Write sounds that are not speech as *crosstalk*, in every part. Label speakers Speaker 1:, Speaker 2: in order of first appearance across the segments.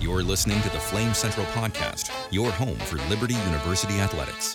Speaker 1: You're listening to the Flame Central Podcast, your home for Liberty University athletics.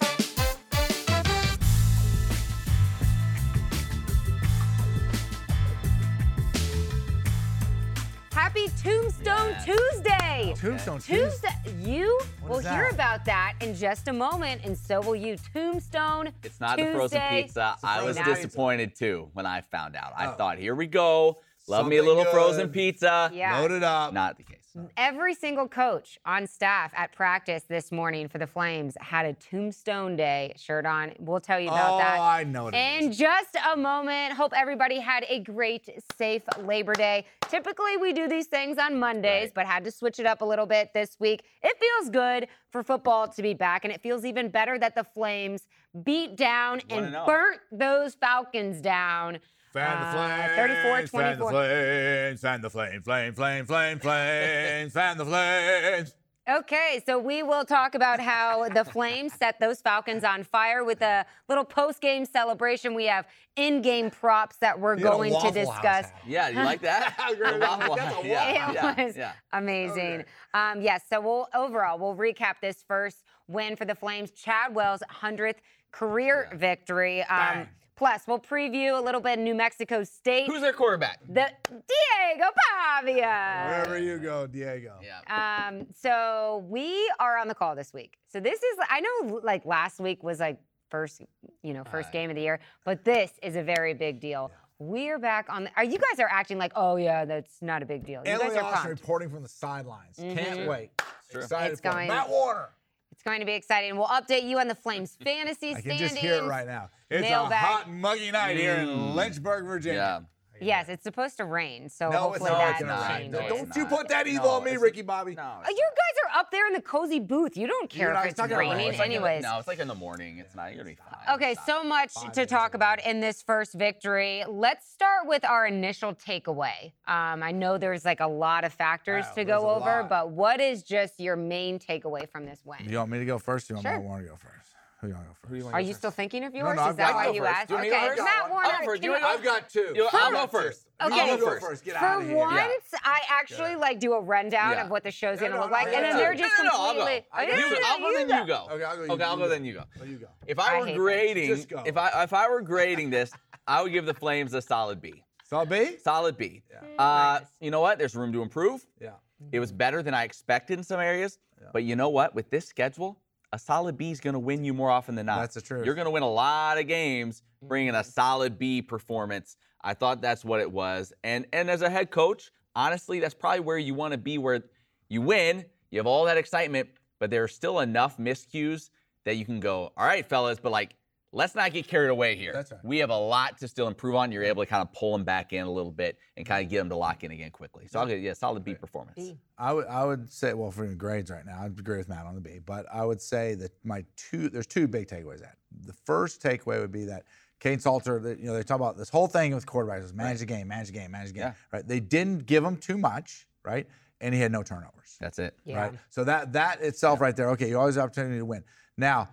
Speaker 2: Happy Tombstone
Speaker 3: Yeah.
Speaker 2: Tuesday!
Speaker 4: Tombstone Tuesday.
Speaker 2: Tombstone, you
Speaker 4: What
Speaker 2: will
Speaker 4: is that?
Speaker 2: hear about that in just a moment, and so will you. Tombstone.
Speaker 3: It's not the frozen
Speaker 2: Tuesday.
Speaker 3: pizza.
Speaker 4: It's the
Speaker 3: I was
Speaker 4: frozen pizza.
Speaker 3: disappointed too when I found out. I
Speaker 4: Oh.
Speaker 3: thought, here we go. Love me a
Speaker 4: Something
Speaker 3: little frozen
Speaker 4: good.
Speaker 3: pizza.
Speaker 2: Yeah.
Speaker 4: Load it up.
Speaker 3: Not the case.
Speaker 2: Every single coach on staff at practice this morning for the Flames had a Tombstone Day shirt on. We'll tell you about
Speaker 4: oh,
Speaker 2: that.
Speaker 4: I know it. is.
Speaker 2: In just a moment, hope everybody had a great, safe Labor Day. Typically, we do these things on Mondays,
Speaker 3: Right.
Speaker 2: but had to switch it up a little bit this week. It feels good for football to be back, and it feels even better that the Flames beat down
Speaker 3: One
Speaker 2: and
Speaker 3: and oh.
Speaker 2: burnt those Falcons down.
Speaker 4: Fan the
Speaker 2: Uh,
Speaker 4: flames.
Speaker 2: 34,
Speaker 4: Fan the
Speaker 2: 24.
Speaker 4: flames. Fan the flame. Flame. Flame.
Speaker 2: *laughs*
Speaker 4: Flame. Flames. fan the flames.
Speaker 2: Okay, so we will talk about how the Flames set those Falcons on fire with a little post-game celebration. We have in-game props that we're
Speaker 4: You had a
Speaker 2: going to
Speaker 4: Waffle House
Speaker 2: discuss.
Speaker 4: hat.
Speaker 3: Yeah, you like *laughs* that?
Speaker 4: You're
Speaker 3: The
Speaker 4: like,
Speaker 3: waffle
Speaker 4: that's
Speaker 3: hat.
Speaker 4: a
Speaker 3: yeah,
Speaker 2: It
Speaker 3: yeah,
Speaker 2: was
Speaker 3: yeah.
Speaker 2: amazing.
Speaker 4: Okay.
Speaker 2: Um, yes, so we'll overall we'll recap this first win for the Flames, Chadwell's hundredth career
Speaker 3: Yeah.
Speaker 2: victory. Um,
Speaker 4: Bang.
Speaker 2: plus, we'll preview a little bit New Mexico State,
Speaker 5: Who's their quarterback?
Speaker 2: the Diego Pavia.
Speaker 4: Wherever you go, Diego.
Speaker 3: Yeah.
Speaker 2: Um, so we are on the call this week. So this is I know like last week was like first you know first
Speaker 3: Uh,
Speaker 2: game of the year, but this is a very big deal. We're back on. The, are you guys are acting like, oh yeah, that's not a big deal. You
Speaker 4: Emily
Speaker 2: guys are
Speaker 4: Austin
Speaker 2: pumped.
Speaker 4: reporting from the sidelines.
Speaker 2: Mhm.
Speaker 4: Can't wait.
Speaker 3: true.
Speaker 4: Excited
Speaker 2: It's
Speaker 4: for it.
Speaker 2: going-
Speaker 4: Matt Warner.
Speaker 2: It's going to be exciting. We'll update you on the
Speaker 4: *laughs*
Speaker 2: Flames fantasy
Speaker 4: I
Speaker 2: standings.
Speaker 4: can just hear it right now. It's
Speaker 2: Mailbag.
Speaker 4: a hot, muggy night here
Speaker 3: Mm.
Speaker 4: in Lynchburg,
Speaker 3: Yeah.
Speaker 4: Virginia.
Speaker 2: Yes, it's supposed to rain, so
Speaker 4: No, it's
Speaker 2: hopefully
Speaker 4: not
Speaker 2: that
Speaker 4: gonna rain.
Speaker 2: changes.
Speaker 3: No,
Speaker 4: Don't,
Speaker 3: it's
Speaker 4: don't you
Speaker 3: not.
Speaker 4: put that evil
Speaker 3: No,
Speaker 4: on me,
Speaker 3: it's-
Speaker 4: Ricky Bobby.
Speaker 3: No.
Speaker 2: Uh, You guys are up there in the cozy booth. You don't care
Speaker 4: You're
Speaker 2: if
Speaker 4: not- it's
Speaker 2: it's,
Speaker 4: not gonna rain.
Speaker 2: raining,
Speaker 4: It's
Speaker 3: like in the-
Speaker 2: anyways.
Speaker 3: no, it's like in the morning. It's not. You're gonna be fine.
Speaker 2: Okay,
Speaker 3: It's
Speaker 2: so much
Speaker 4: Five
Speaker 2: to
Speaker 4: days
Speaker 2: talk
Speaker 4: away.
Speaker 2: about in this first victory. Let's start with our initial takeaway. Um, I know there's like a lot of factors
Speaker 4: Wow,
Speaker 2: to
Speaker 4: there's
Speaker 2: go
Speaker 4: a
Speaker 2: over,
Speaker 4: lot.
Speaker 2: but what is just your main takeaway from this win?
Speaker 4: You want me to go first or you want
Speaker 2: Sure.
Speaker 4: Matt Warner to go first? Who you want to go first?
Speaker 5: Who do you want
Speaker 2: Are you still thinking of yours?
Speaker 4: no,
Speaker 2: is
Speaker 4: I've
Speaker 2: that
Speaker 4: got-
Speaker 2: why
Speaker 4: I'll go
Speaker 2: you
Speaker 4: first.
Speaker 2: asked?
Speaker 5: Do you want
Speaker 2: Okay,
Speaker 5: me to go first?
Speaker 2: Matt
Speaker 5: I'll
Speaker 2: Warner.
Speaker 5: go first.
Speaker 2: can
Speaker 5: You
Speaker 2: you-
Speaker 5: wanna
Speaker 4: I've got two.
Speaker 5: You know, I'll
Speaker 4: You
Speaker 5: go
Speaker 4: got two.
Speaker 5: first.
Speaker 4: You
Speaker 2: Okay.
Speaker 4: go
Speaker 2: I'll go
Speaker 4: first. Get out
Speaker 2: For
Speaker 4: of here.
Speaker 2: once, I actually like do a rundown
Speaker 3: Yeah.
Speaker 2: of what the show's gonna
Speaker 4: No, no,
Speaker 2: look like,
Speaker 4: I
Speaker 2: and
Speaker 4: got
Speaker 2: then
Speaker 4: you.
Speaker 2: they're just
Speaker 3: no, no, no, I'll go.
Speaker 2: completely.
Speaker 3: I'll
Speaker 2: Oh,
Speaker 3: go.
Speaker 2: yeah,
Speaker 3: You- I'll go.
Speaker 2: you
Speaker 3: Then you go.
Speaker 4: Okay, I'll go, you
Speaker 3: Okay, I'll
Speaker 4: do
Speaker 3: go.
Speaker 4: that.
Speaker 3: Then you go.
Speaker 4: Oh, you go.
Speaker 3: If
Speaker 2: I
Speaker 3: I were
Speaker 2: hate that.
Speaker 3: grading,
Speaker 4: Just go.
Speaker 3: if I if I were grading this, I would give the Flames a solid B.
Speaker 4: So, B?
Speaker 3: Solid B.
Speaker 4: Yeah.
Speaker 3: Uh,
Speaker 2: Minus.
Speaker 3: you know what? There's room to improve.
Speaker 4: Yeah.
Speaker 3: It was better than I expected in some areas.
Speaker 4: Yeah.
Speaker 3: But you know what? With this schedule, a solid B is going to win you more often than not.
Speaker 4: That's the truth. Mm-hmm.
Speaker 3: You're going to win a lot of games bringing a solid B performance. I thought that's what it was. And and as a head coach, honestly, that's probably where you want to be where you win, you have all that excitement, but there are still enough miscues that you can go, "All right, fellas, but like let's not get carried away here.
Speaker 4: That's right.
Speaker 3: We have a lot to still improve on. You're able to kind of pull them back in a little bit and kind of get them to lock in again quickly. So I'll get yeah, solid B performance.
Speaker 2: B.
Speaker 4: I would I would say well for grades right now I'd agree with Matt on the B, but I would say that my two there's two big takeaways. That the first takeaway would be that Kane Salter, that you know they talk about this whole thing with quarterbacks is manage the game, manage the game, manage the game.
Speaker 3: Yeah.
Speaker 4: Right? They didn't give him too much, right? And he had no turnovers.
Speaker 3: That's it.
Speaker 2: Yeah.
Speaker 4: Right. So that that itself right there. Okay, you always have opportunity to win. Now,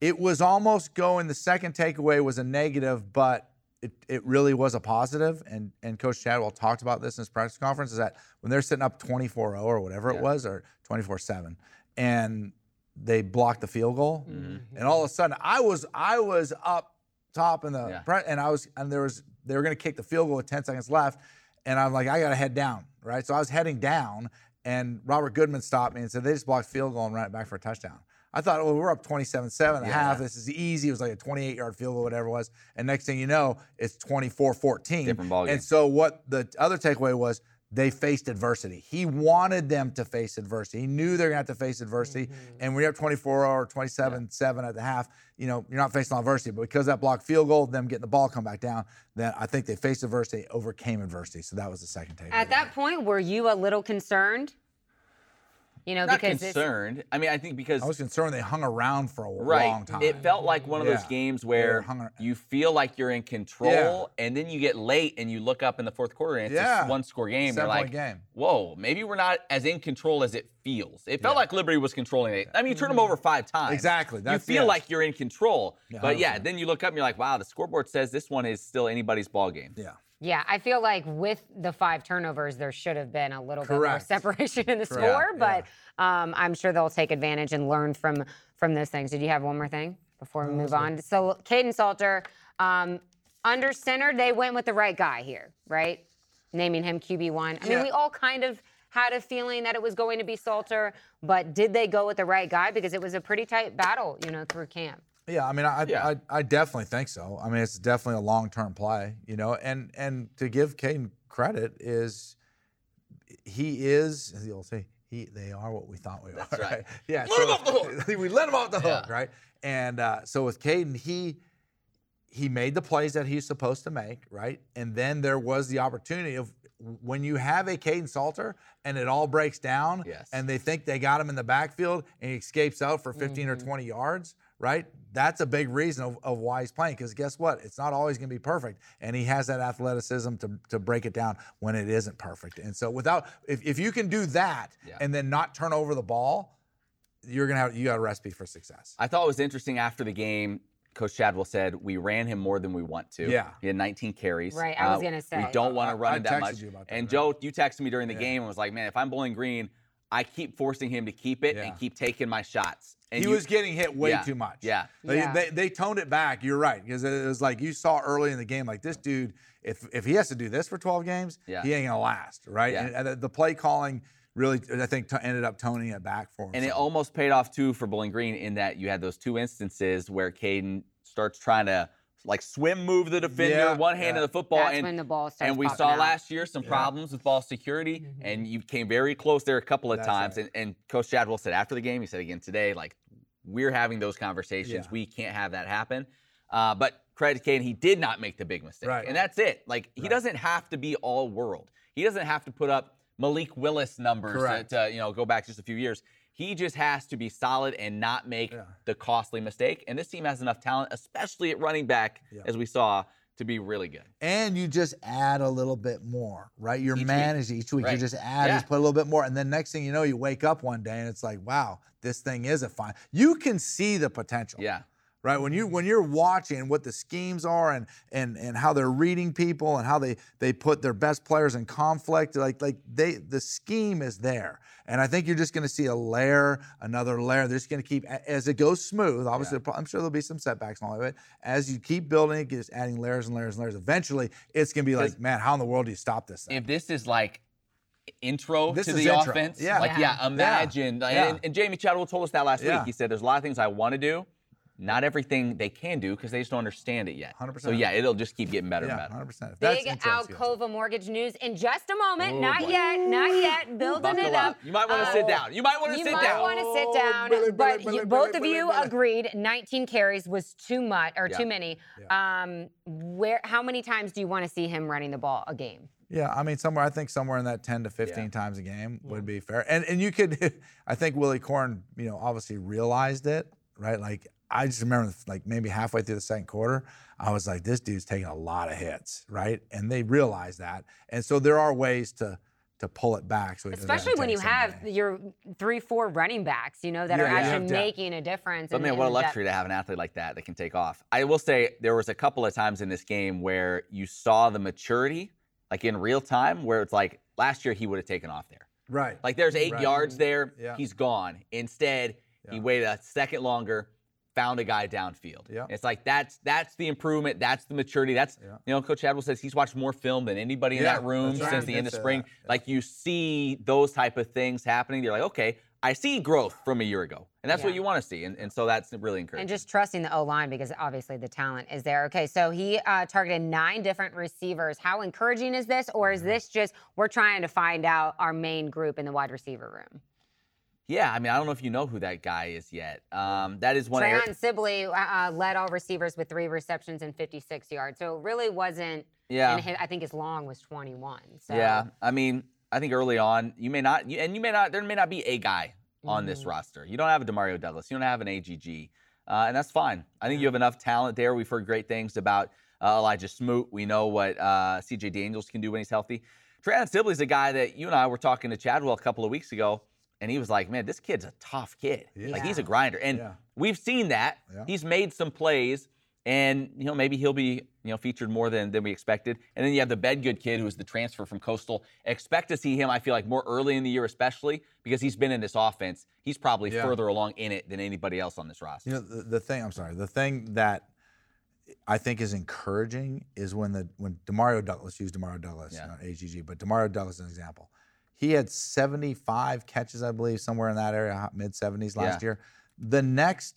Speaker 4: it was almost going. The second takeaway was a negative, but it, it really was a positive. And and Coach Chadwell talked about this in his practice conference. Is that when they're sitting up 24-0 or whatever
Speaker 3: Yeah.
Speaker 4: it was, or 24-7, and they blocked the field goal,
Speaker 3: Mm-hmm.
Speaker 4: and all of a sudden I was I was up top in the
Speaker 3: Yeah.
Speaker 4: pre- and I was and there was they were gonna kick the field goal with 10 seconds left, and I'm like I gotta head down, right? So I was heading down, and Robert Goodman stopped me and said they just blocked field goal and ran it back for a touchdown. I thought, well, we're up 27-7 and a half.
Speaker 3: Yeah.
Speaker 4: This is easy. It was like a 28-yard field goal, whatever it was. And next thing you know, it's 24-14.
Speaker 3: Different ballgame.
Speaker 4: And so what the other takeaway was they faced adversity. He wanted them to face adversity. He knew they're gonna have to face adversity.
Speaker 3: Mm-hmm.
Speaker 4: And when you're up 24 or 27 7 at the half, you know, you're not facing adversity. But because of that blocked field goal, them getting the ball come back down, then I think they faced adversity, overcame adversity. So that was the second takeaway.
Speaker 2: At that point, were you a little concerned? You know,
Speaker 3: Not
Speaker 2: because this,
Speaker 3: concerned. I mean, I think because
Speaker 4: I was concerned they hung around for a
Speaker 3: right,
Speaker 4: long time.
Speaker 3: it felt like one of those
Speaker 4: Yeah.
Speaker 3: games where
Speaker 4: hung ar-
Speaker 3: you feel like you're in control, and then you get late and you look up in the fourth quarter and it's
Speaker 4: Yeah.
Speaker 3: a one-score game. You're
Speaker 4: Seven-point
Speaker 3: like,
Speaker 4: game.
Speaker 3: whoa, maybe we're not as in control as it feels. It felt like Liberty was controlling it. I mean, you turn them over five times.
Speaker 4: Exactly.
Speaker 3: you
Speaker 4: That's-
Speaker 3: feel
Speaker 4: yes.
Speaker 3: like you're in control,
Speaker 4: Yeah,
Speaker 3: but yeah,
Speaker 4: 100%.
Speaker 3: then you look up and you're like, wow, the scoreboard says this one is still anybody's ball game.
Speaker 4: Yeah.
Speaker 2: Yeah, I feel like with the five turnovers, there should have been a little
Speaker 4: Correct.
Speaker 2: bit more separation in the
Speaker 4: Correct.
Speaker 2: score,
Speaker 4: Yeah,
Speaker 2: but um, I'm sure they'll take advantage and learn from from those things. Did you have one more thing before we move on? So, Caden Salter, um, under center, they went with the right guy here, right? Naming him QB one. I mean,
Speaker 4: Yeah.
Speaker 2: we all kind of had a feeling that it was going to be Salter, but did they go with the right guy? Because it was a pretty tight battle, you know, through camp.
Speaker 4: Yeah, I mean, I,
Speaker 3: Yeah.
Speaker 4: I, I definitely think so. I mean, it's definitely a long term play, you know. And and to give Caden credit is he is as you'll see he they are what we thought we were.
Speaker 3: right.
Speaker 4: *laughs* Yeah,
Speaker 3: Let him off the hook.
Speaker 4: *laughs* we let him off the hook,
Speaker 3: Yeah.
Speaker 4: right? And uh, so with Caden, he he made the plays that he's supposed to make, right? And then there was the opportunity of when you have a Caden Salter and it all breaks down,
Speaker 3: Yes.
Speaker 4: and they think they got him in the backfield and he escapes out for 15 or
Speaker 3: Mm-hmm.
Speaker 4: 20 yards, right? That's a big reason of, of why he's playing. Because guess what? It's not always going to be perfect. And he has that athleticism to, to break it down when it isn't perfect. And so without, if, if you can do that
Speaker 3: Yeah.
Speaker 4: and then not turn over the ball, you're going to have, you got a recipe for success.
Speaker 3: I thought it was interesting after the game. Coach Chadwell said we ran him more than we want to.
Speaker 4: Yeah.
Speaker 3: he had 19 carries. Uh,
Speaker 2: Right, I was gonna say.
Speaker 3: we don't want
Speaker 4: I-
Speaker 3: to run
Speaker 4: I
Speaker 3: it that
Speaker 4: texted
Speaker 3: much.
Speaker 4: you about that,
Speaker 3: and
Speaker 4: right?
Speaker 3: Joe, you texted me during the
Speaker 4: Yeah.
Speaker 3: game and was like, "Man, if I'm Bowling Green, I keep forcing him to keep it
Speaker 4: Yeah.
Speaker 3: and keep taking my shots." And
Speaker 4: he
Speaker 3: you-
Speaker 4: was getting hit way
Speaker 3: Yeah,
Speaker 4: too much.
Speaker 3: yeah.
Speaker 4: They,
Speaker 2: Yeah.
Speaker 4: They, they toned it back. You're right. Because it was like you saw early in the game, like this dude, if, if he has to do this for 12 games,
Speaker 3: Yeah.
Speaker 4: he ain't going to last, right?
Speaker 3: Yeah.
Speaker 4: And, and the, the play calling really, I think, t- ended up toning it back for him.
Speaker 3: And it
Speaker 4: So-
Speaker 3: almost paid off too for Bowling Green in that you had those two instances where Caden starts trying to like swim move the defender,
Speaker 4: Yeah,
Speaker 3: one hand
Speaker 4: yeah.
Speaker 3: of the football,
Speaker 2: That's
Speaker 3: and
Speaker 2: when the ball starts.
Speaker 3: and we
Speaker 2: popping
Speaker 3: saw
Speaker 2: out.
Speaker 3: last year some
Speaker 4: Yeah.
Speaker 3: problems with ball security,
Speaker 2: Mhm.
Speaker 3: and you came very close there a couple of
Speaker 4: That's
Speaker 3: times.
Speaker 4: right.
Speaker 3: And, and Coach Chadwell said after the game, he said again today, like we're having those conversations.
Speaker 4: Yeah.
Speaker 3: We can't have that happen. Uh, but credit to Caden, he did not make the big mistake,
Speaker 4: Right.
Speaker 3: and that's it. Like he
Speaker 4: Right.
Speaker 3: doesn't have to be all world. He doesn't have to put up Malik Willis numbers to,
Speaker 4: Correct.
Speaker 3: to, you know go back just a few years. He just has to be solid and not make
Speaker 4: Yeah.
Speaker 3: the costly mistake. And this team has enough talent, especially at running back,
Speaker 4: Yeah.
Speaker 3: as we saw, to be really good.
Speaker 4: and you just add a little bit more, right? You're
Speaker 3: Each week.
Speaker 4: managing each week. You
Speaker 3: Right.
Speaker 4: just add, just
Speaker 3: Yeah.
Speaker 4: put a little bit more, and then next thing you know, you wake up one day and it's like, wow, this thing is a fine. You can see the potential,
Speaker 3: Yeah.
Speaker 4: right? When you when you're watching what the schemes are and and and how they're reading people and how they they put their best players in conflict, like like they the scheme is there, and I think you're just going to see a layer, another layer. They're just going to keep a- as it goes smooth. Obviously, I'm sure there'll be some setbacks and all of it. As you keep building it, just adding layers and layers and layers. Eventually, it's going to be like, man, how in the world do you stop this thing?
Speaker 3: if this is like intro
Speaker 4: This
Speaker 3: to
Speaker 4: is
Speaker 3: the
Speaker 4: intro.
Speaker 3: offense,
Speaker 4: Yeah.
Speaker 3: like
Speaker 2: Yeah.
Speaker 3: yeah, imagine. like,
Speaker 4: Yeah.
Speaker 3: And, and Jamie Chadwell told us that last
Speaker 4: Yeah.
Speaker 3: week. He said there's a lot of things I want to do, not everything they can do because they just don't understand it yet.
Speaker 4: 100%.
Speaker 3: So yeah, it'll just keep getting better
Speaker 4: Yeah,
Speaker 3: and better.
Speaker 4: 100%. If that's
Speaker 2: Big
Speaker 4: intro, it's good.
Speaker 2: Alcova mortgage news in just a moment.
Speaker 3: Oh,
Speaker 2: not
Speaker 3: boy.
Speaker 2: yet, not yet. Building
Speaker 3: Buckle
Speaker 2: it
Speaker 3: up.
Speaker 2: up.
Speaker 3: You might want to
Speaker 2: Uh,
Speaker 3: sit down. You might want to
Speaker 2: You
Speaker 3: sit
Speaker 2: might
Speaker 3: down.
Speaker 2: want to sit
Speaker 4: Oh,
Speaker 2: down,
Speaker 4: Billy, Billy,
Speaker 2: but
Speaker 4: Billy,
Speaker 2: you,
Speaker 4: Billy,
Speaker 2: both of
Speaker 4: Billy,
Speaker 2: you
Speaker 4: Billy.
Speaker 2: agreed 19 carries was too much or
Speaker 3: Yeah.
Speaker 2: too many. Um, where? How many times do you want to see him running the ball a game?
Speaker 4: Yeah, I mean, somewhere I think somewhere in that ten to fifteen
Speaker 3: Yeah.
Speaker 4: times a game would be fair. And and you could, *laughs* I think Willie Corn, you know, obviously realized it, right? Like I just remember, like maybe halfway through the second quarter, I was like, this dude's taking a lot of hits, right? And they realized that, and so there are ways to to pull it back. So he doesn't
Speaker 2: Especially when
Speaker 4: take
Speaker 2: you
Speaker 4: so
Speaker 2: have
Speaker 4: many.
Speaker 2: your three, four running backs, you know, that
Speaker 4: Yeah,
Speaker 2: are
Speaker 4: yeah.
Speaker 2: actually
Speaker 4: Yeah.
Speaker 2: making a difference.
Speaker 3: But
Speaker 2: and-
Speaker 3: man, what a
Speaker 2: and that-
Speaker 3: luxury to have an athlete like that that can take off. I will say there was a couple of times in this game where you saw the maturity, like in real time, where it's like last year he would have taken off there.
Speaker 4: right.
Speaker 3: Like there's eight
Speaker 4: Right.
Speaker 3: yards there.
Speaker 4: Yeah.
Speaker 3: He's gone. Instead, he
Speaker 4: Yeah.
Speaker 3: waited a second longer, found a guy downfield.
Speaker 4: Yeah.
Speaker 3: It's like that's that's the improvement. That's the maturity. That's
Speaker 4: Yeah.
Speaker 3: you know, Coach Chadwell says he's watched more film than anybody in
Speaker 4: Yeah,
Speaker 3: that room
Speaker 4: that's right.
Speaker 3: since
Speaker 4: He
Speaker 3: the
Speaker 4: did
Speaker 3: end of
Speaker 4: say
Speaker 3: spring.
Speaker 4: that. Yeah.
Speaker 3: Like you see those type of things happening. You're like, okay, I see growth from a year ago. And that's what
Speaker 2: Yeah.
Speaker 3: you want to see. And, and so that's really encouraging.
Speaker 2: And just trusting the O line because obviously the talent is there. Okay, so he uh, targeted nine different receivers. How encouraging is this, or
Speaker 3: Mm-hmm.
Speaker 2: is this just we're trying to find out our main group in the wide receiver room?
Speaker 3: yeah, I mean, I don't know if you know who that guy is yet. Um, that is one area-
Speaker 2: Trayon Sibley uh, uh, led all receivers with three receptions and 56 yards, so it really wasn't.
Speaker 3: Yeah.
Speaker 2: and his, I think his long was 21. So
Speaker 3: Yeah, I mean, I think early on you may not, you, and you may not. There may not be a guy on this roster. You don't have a Demario Douglas. You don't have an AGG, uh, and that's fine. I think you have enough talent there. We've heard great things about uh, Elijah Smoot. We know what uh, CJ Daniels can do when he's healthy. Trayon Sibley's a guy that you and I were talking to Chadwell a couple of weeks ago, and he was like, "Man, this kid's a tough kid.
Speaker 4: He is.
Speaker 3: Like he's a grinder." And
Speaker 4: Yeah.
Speaker 3: we've seen that.
Speaker 4: Yeah.
Speaker 3: He's made some plays, and you know maybe he'll be you you know, featured more than, than we expected. And then you have the Bedgood kid, who is the transfer from Coastal. Expect to see him, I feel like, more early in the year, especially because he's been in this offense. He's probably
Speaker 4: Yeah.
Speaker 3: further along in it than anybody else on this roster.
Speaker 4: You know, the, the thing I'm sorry, the thing that I think is encouraging is when the when Demario Douglas use Demario Douglas,
Speaker 3: Yeah.
Speaker 4: not AGG, but Demario Douglas as an example. He had 75 catches, I believe, somewhere in that area, mid 70s last
Speaker 3: Yeah.
Speaker 4: year. The next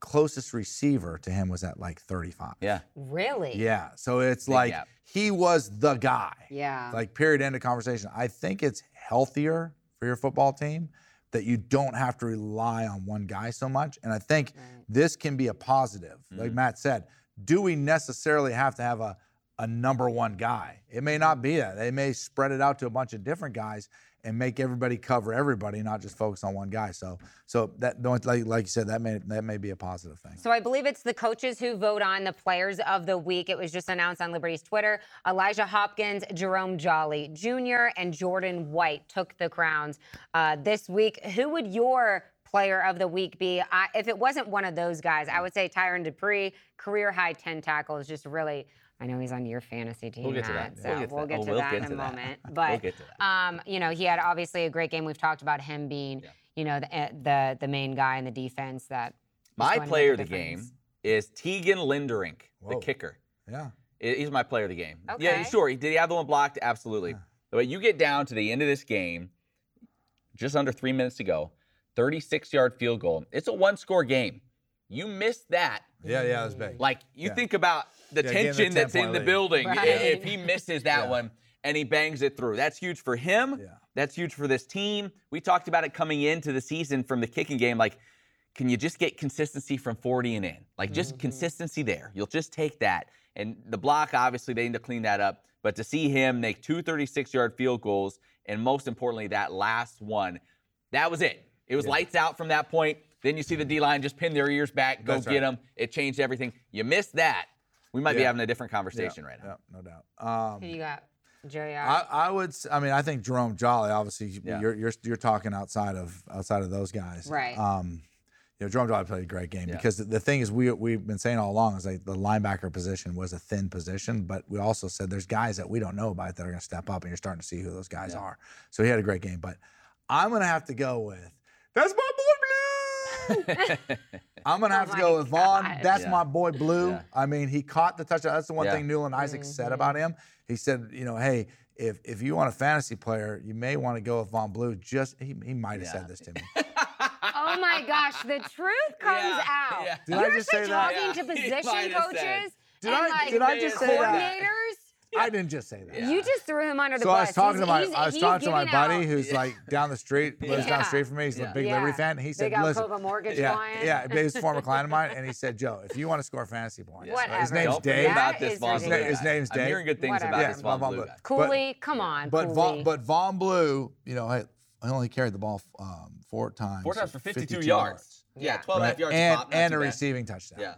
Speaker 4: closest receiver to him was at like 35.
Speaker 3: Yeah.
Speaker 2: Really?
Speaker 4: Yeah. So it's
Speaker 3: Big
Speaker 4: like
Speaker 3: gap.
Speaker 4: he was the guy.
Speaker 2: Yeah.
Speaker 4: Like period end of conversation. I think it's healthier for your football team that you don't have to rely on one guy so much. And I think
Speaker 2: Right.
Speaker 4: this can be a positive. Like Matt said, do we necessarily have to have a a number one guy? It may not be that. They may spread it out to a bunch of different guys and make everybody cover everybody, not just focus on one guy. So so that don't- like like you said, that may that may be a positive thing.
Speaker 2: So I believe it's the coaches who vote on the players of the week. It was just announced on Liberty's Twitter. Elijah Hopkins, Jerome Jolly Jr., and Jordan White took the crowns uh, this week. Who would your player of the week be? I, if it wasn't one of those guys, I would say Tyron Dupree, career high 10 tackles, just really. I know he's on your fantasy team,
Speaker 3: We'll get to
Speaker 2: Matt,
Speaker 3: that.
Speaker 2: so we'll get to
Speaker 3: Oh, we'll
Speaker 2: that
Speaker 3: get
Speaker 2: in a
Speaker 3: to that. *laughs*
Speaker 2: moment.
Speaker 3: We'll
Speaker 2: But
Speaker 3: get to that.
Speaker 2: um, you know, he had obviously a great game. We've talked about him being,
Speaker 3: Yeah.
Speaker 2: you know, the, eh, the the main guy in the defense that was
Speaker 3: My
Speaker 2: going to make
Speaker 3: player
Speaker 2: a
Speaker 3: of the
Speaker 2: difference.
Speaker 3: game is Tegan Linderink, the
Speaker 4: Whoa.
Speaker 3: kicker.
Speaker 4: Yeah.
Speaker 3: I- He's my player of the game. Yeah,
Speaker 2: Okay.
Speaker 3: sure. He Did he have the one blocked? Absolutely. But when you get down to the end of this game, just under three minutes to go, 36 yard field goal. It's a one score game. You miss that.
Speaker 4: Yeah, yeah, it was big.
Speaker 3: Like, you
Speaker 4: Yeah.
Speaker 3: think about the
Speaker 4: Yeah, getting the
Speaker 3: tension that's
Speaker 4: 10-point
Speaker 3: in the
Speaker 4: lead.
Speaker 3: building i-
Speaker 2: Right.
Speaker 3: if he misses that
Speaker 4: Yeah.
Speaker 3: one and he bangs it through. That's huge for him.
Speaker 4: Yeah.
Speaker 3: That's huge for this team. We talked about it coming into the season from the kicking game. Like, can you just get consistency from 40 and in? Like, just
Speaker 4: Mm-hmm.
Speaker 3: consistency there. You'll just take that. And the block, obviously, they need to clean that up. But to see him make two 36 yard field goals, and most importantly, that last one, that was it. It was lights out from that point. Then you see the D line just pin their ears back, go
Speaker 4: That's
Speaker 3: get
Speaker 4: right.
Speaker 3: them. It changed everything. You missed that. We might be
Speaker 4: Yeah.
Speaker 3: having a different conversation right now.
Speaker 4: Yeah, no doubt. Um,
Speaker 2: Who you got? Joey. Ari?
Speaker 4: I, I would. s- I mean, I think Jerome Jolly. Obviously,
Speaker 3: Yeah.
Speaker 4: you're, you're you're talking outside of outside of those guys,
Speaker 2: Right.
Speaker 4: Um, you know, Jerome Jolly played a great game
Speaker 3: Yeah.
Speaker 4: because the, the thing is, we we've been saying all along is like the linebacker position was a thin position, but we also said there's guys that we don't know about that are going to step up, and you're starting to see who those guys are. So he had a great game, but I'm going to have to go with that's my boy Blue.
Speaker 3: *laughs*
Speaker 4: I'm gonna have
Speaker 2: *laughs* Oh
Speaker 4: to
Speaker 2: my
Speaker 4: go with Vaughn.
Speaker 2: God.
Speaker 4: That's
Speaker 3: Yeah.
Speaker 4: my boy Blue.
Speaker 3: Yeah.
Speaker 4: I mean, he caught the touchdown. That's the one
Speaker 3: Yeah.
Speaker 4: thing Newland Isaac said about
Speaker 2: Mm-hmm.
Speaker 4: him. He said, you know, hey, if if you want a fantasy player, you may want to go with Vaughn Blue. Just he, he might have
Speaker 3: Yeah.
Speaker 4: said this to
Speaker 3: *laughs*
Speaker 4: me.
Speaker 2: oh my gosh, the truth comes
Speaker 3: Yeah,
Speaker 2: out.
Speaker 3: yeah.
Speaker 4: Did
Speaker 2: You're
Speaker 4: I just
Speaker 2: actually
Speaker 4: say that? *laughs*
Speaker 2: talking to
Speaker 3: Yeah, he
Speaker 2: position
Speaker 3: might have
Speaker 2: coaches
Speaker 3: said.
Speaker 4: Did
Speaker 2: and
Speaker 4: I-
Speaker 2: like
Speaker 4: did I just
Speaker 3: say that?
Speaker 2: coordinators.
Speaker 4: I didn't just say that.
Speaker 2: You just threw him under the
Speaker 4: So
Speaker 2: bus.
Speaker 4: I was talking
Speaker 2: He's-
Speaker 4: to my
Speaker 2: he's-
Speaker 4: I was
Speaker 2: he's
Speaker 4: talking to my
Speaker 2: giving
Speaker 4: buddy
Speaker 2: out-
Speaker 4: who's like down
Speaker 3: *laughs*
Speaker 4: the street, lives down
Speaker 2: Yeah.
Speaker 4: the street from me. He's
Speaker 3: Yeah.
Speaker 4: a big
Speaker 2: Yeah.
Speaker 4: Liberty fan. He said,
Speaker 2: Big Alcoa
Speaker 4: listen,
Speaker 2: mortgage
Speaker 4: yeah,
Speaker 2: client.
Speaker 4: yeah, but he's a former client of mine, and he said, Joe, if you want to score fantasy points,
Speaker 2: Yeah.
Speaker 4: right, Uh, his
Speaker 2: Whatever.
Speaker 4: name's
Speaker 3: Don't forget
Speaker 4: Dave.
Speaker 2: That
Speaker 3: about this
Speaker 2: is
Speaker 3: Von Blue
Speaker 2: ridiculous.
Speaker 4: His
Speaker 3: guy.
Speaker 4: name's
Speaker 3: I'm
Speaker 4: Dave.
Speaker 3: hearing good things
Speaker 2: Whatever.
Speaker 3: about this
Speaker 4: Yeah,
Speaker 3: Von
Speaker 4: Von
Speaker 3: Blue
Speaker 4: Blue.
Speaker 3: guy.
Speaker 2: *laughs* Cooley, come on.
Speaker 4: But
Speaker 2: Cooley.
Speaker 4: Von, but Von Blue, you know, hey, he only carried the ball um, four times.
Speaker 3: Four times for 52,
Speaker 4: 52
Speaker 3: yards. Yeah,
Speaker 2: Yeah.
Speaker 3: 12 and a half
Speaker 4: right?
Speaker 3: yards
Speaker 4: and
Speaker 3: pop. not
Speaker 4: and
Speaker 3: too
Speaker 4: a
Speaker 3: bad.
Speaker 4: receiving touchdown.
Speaker 3: Yeah.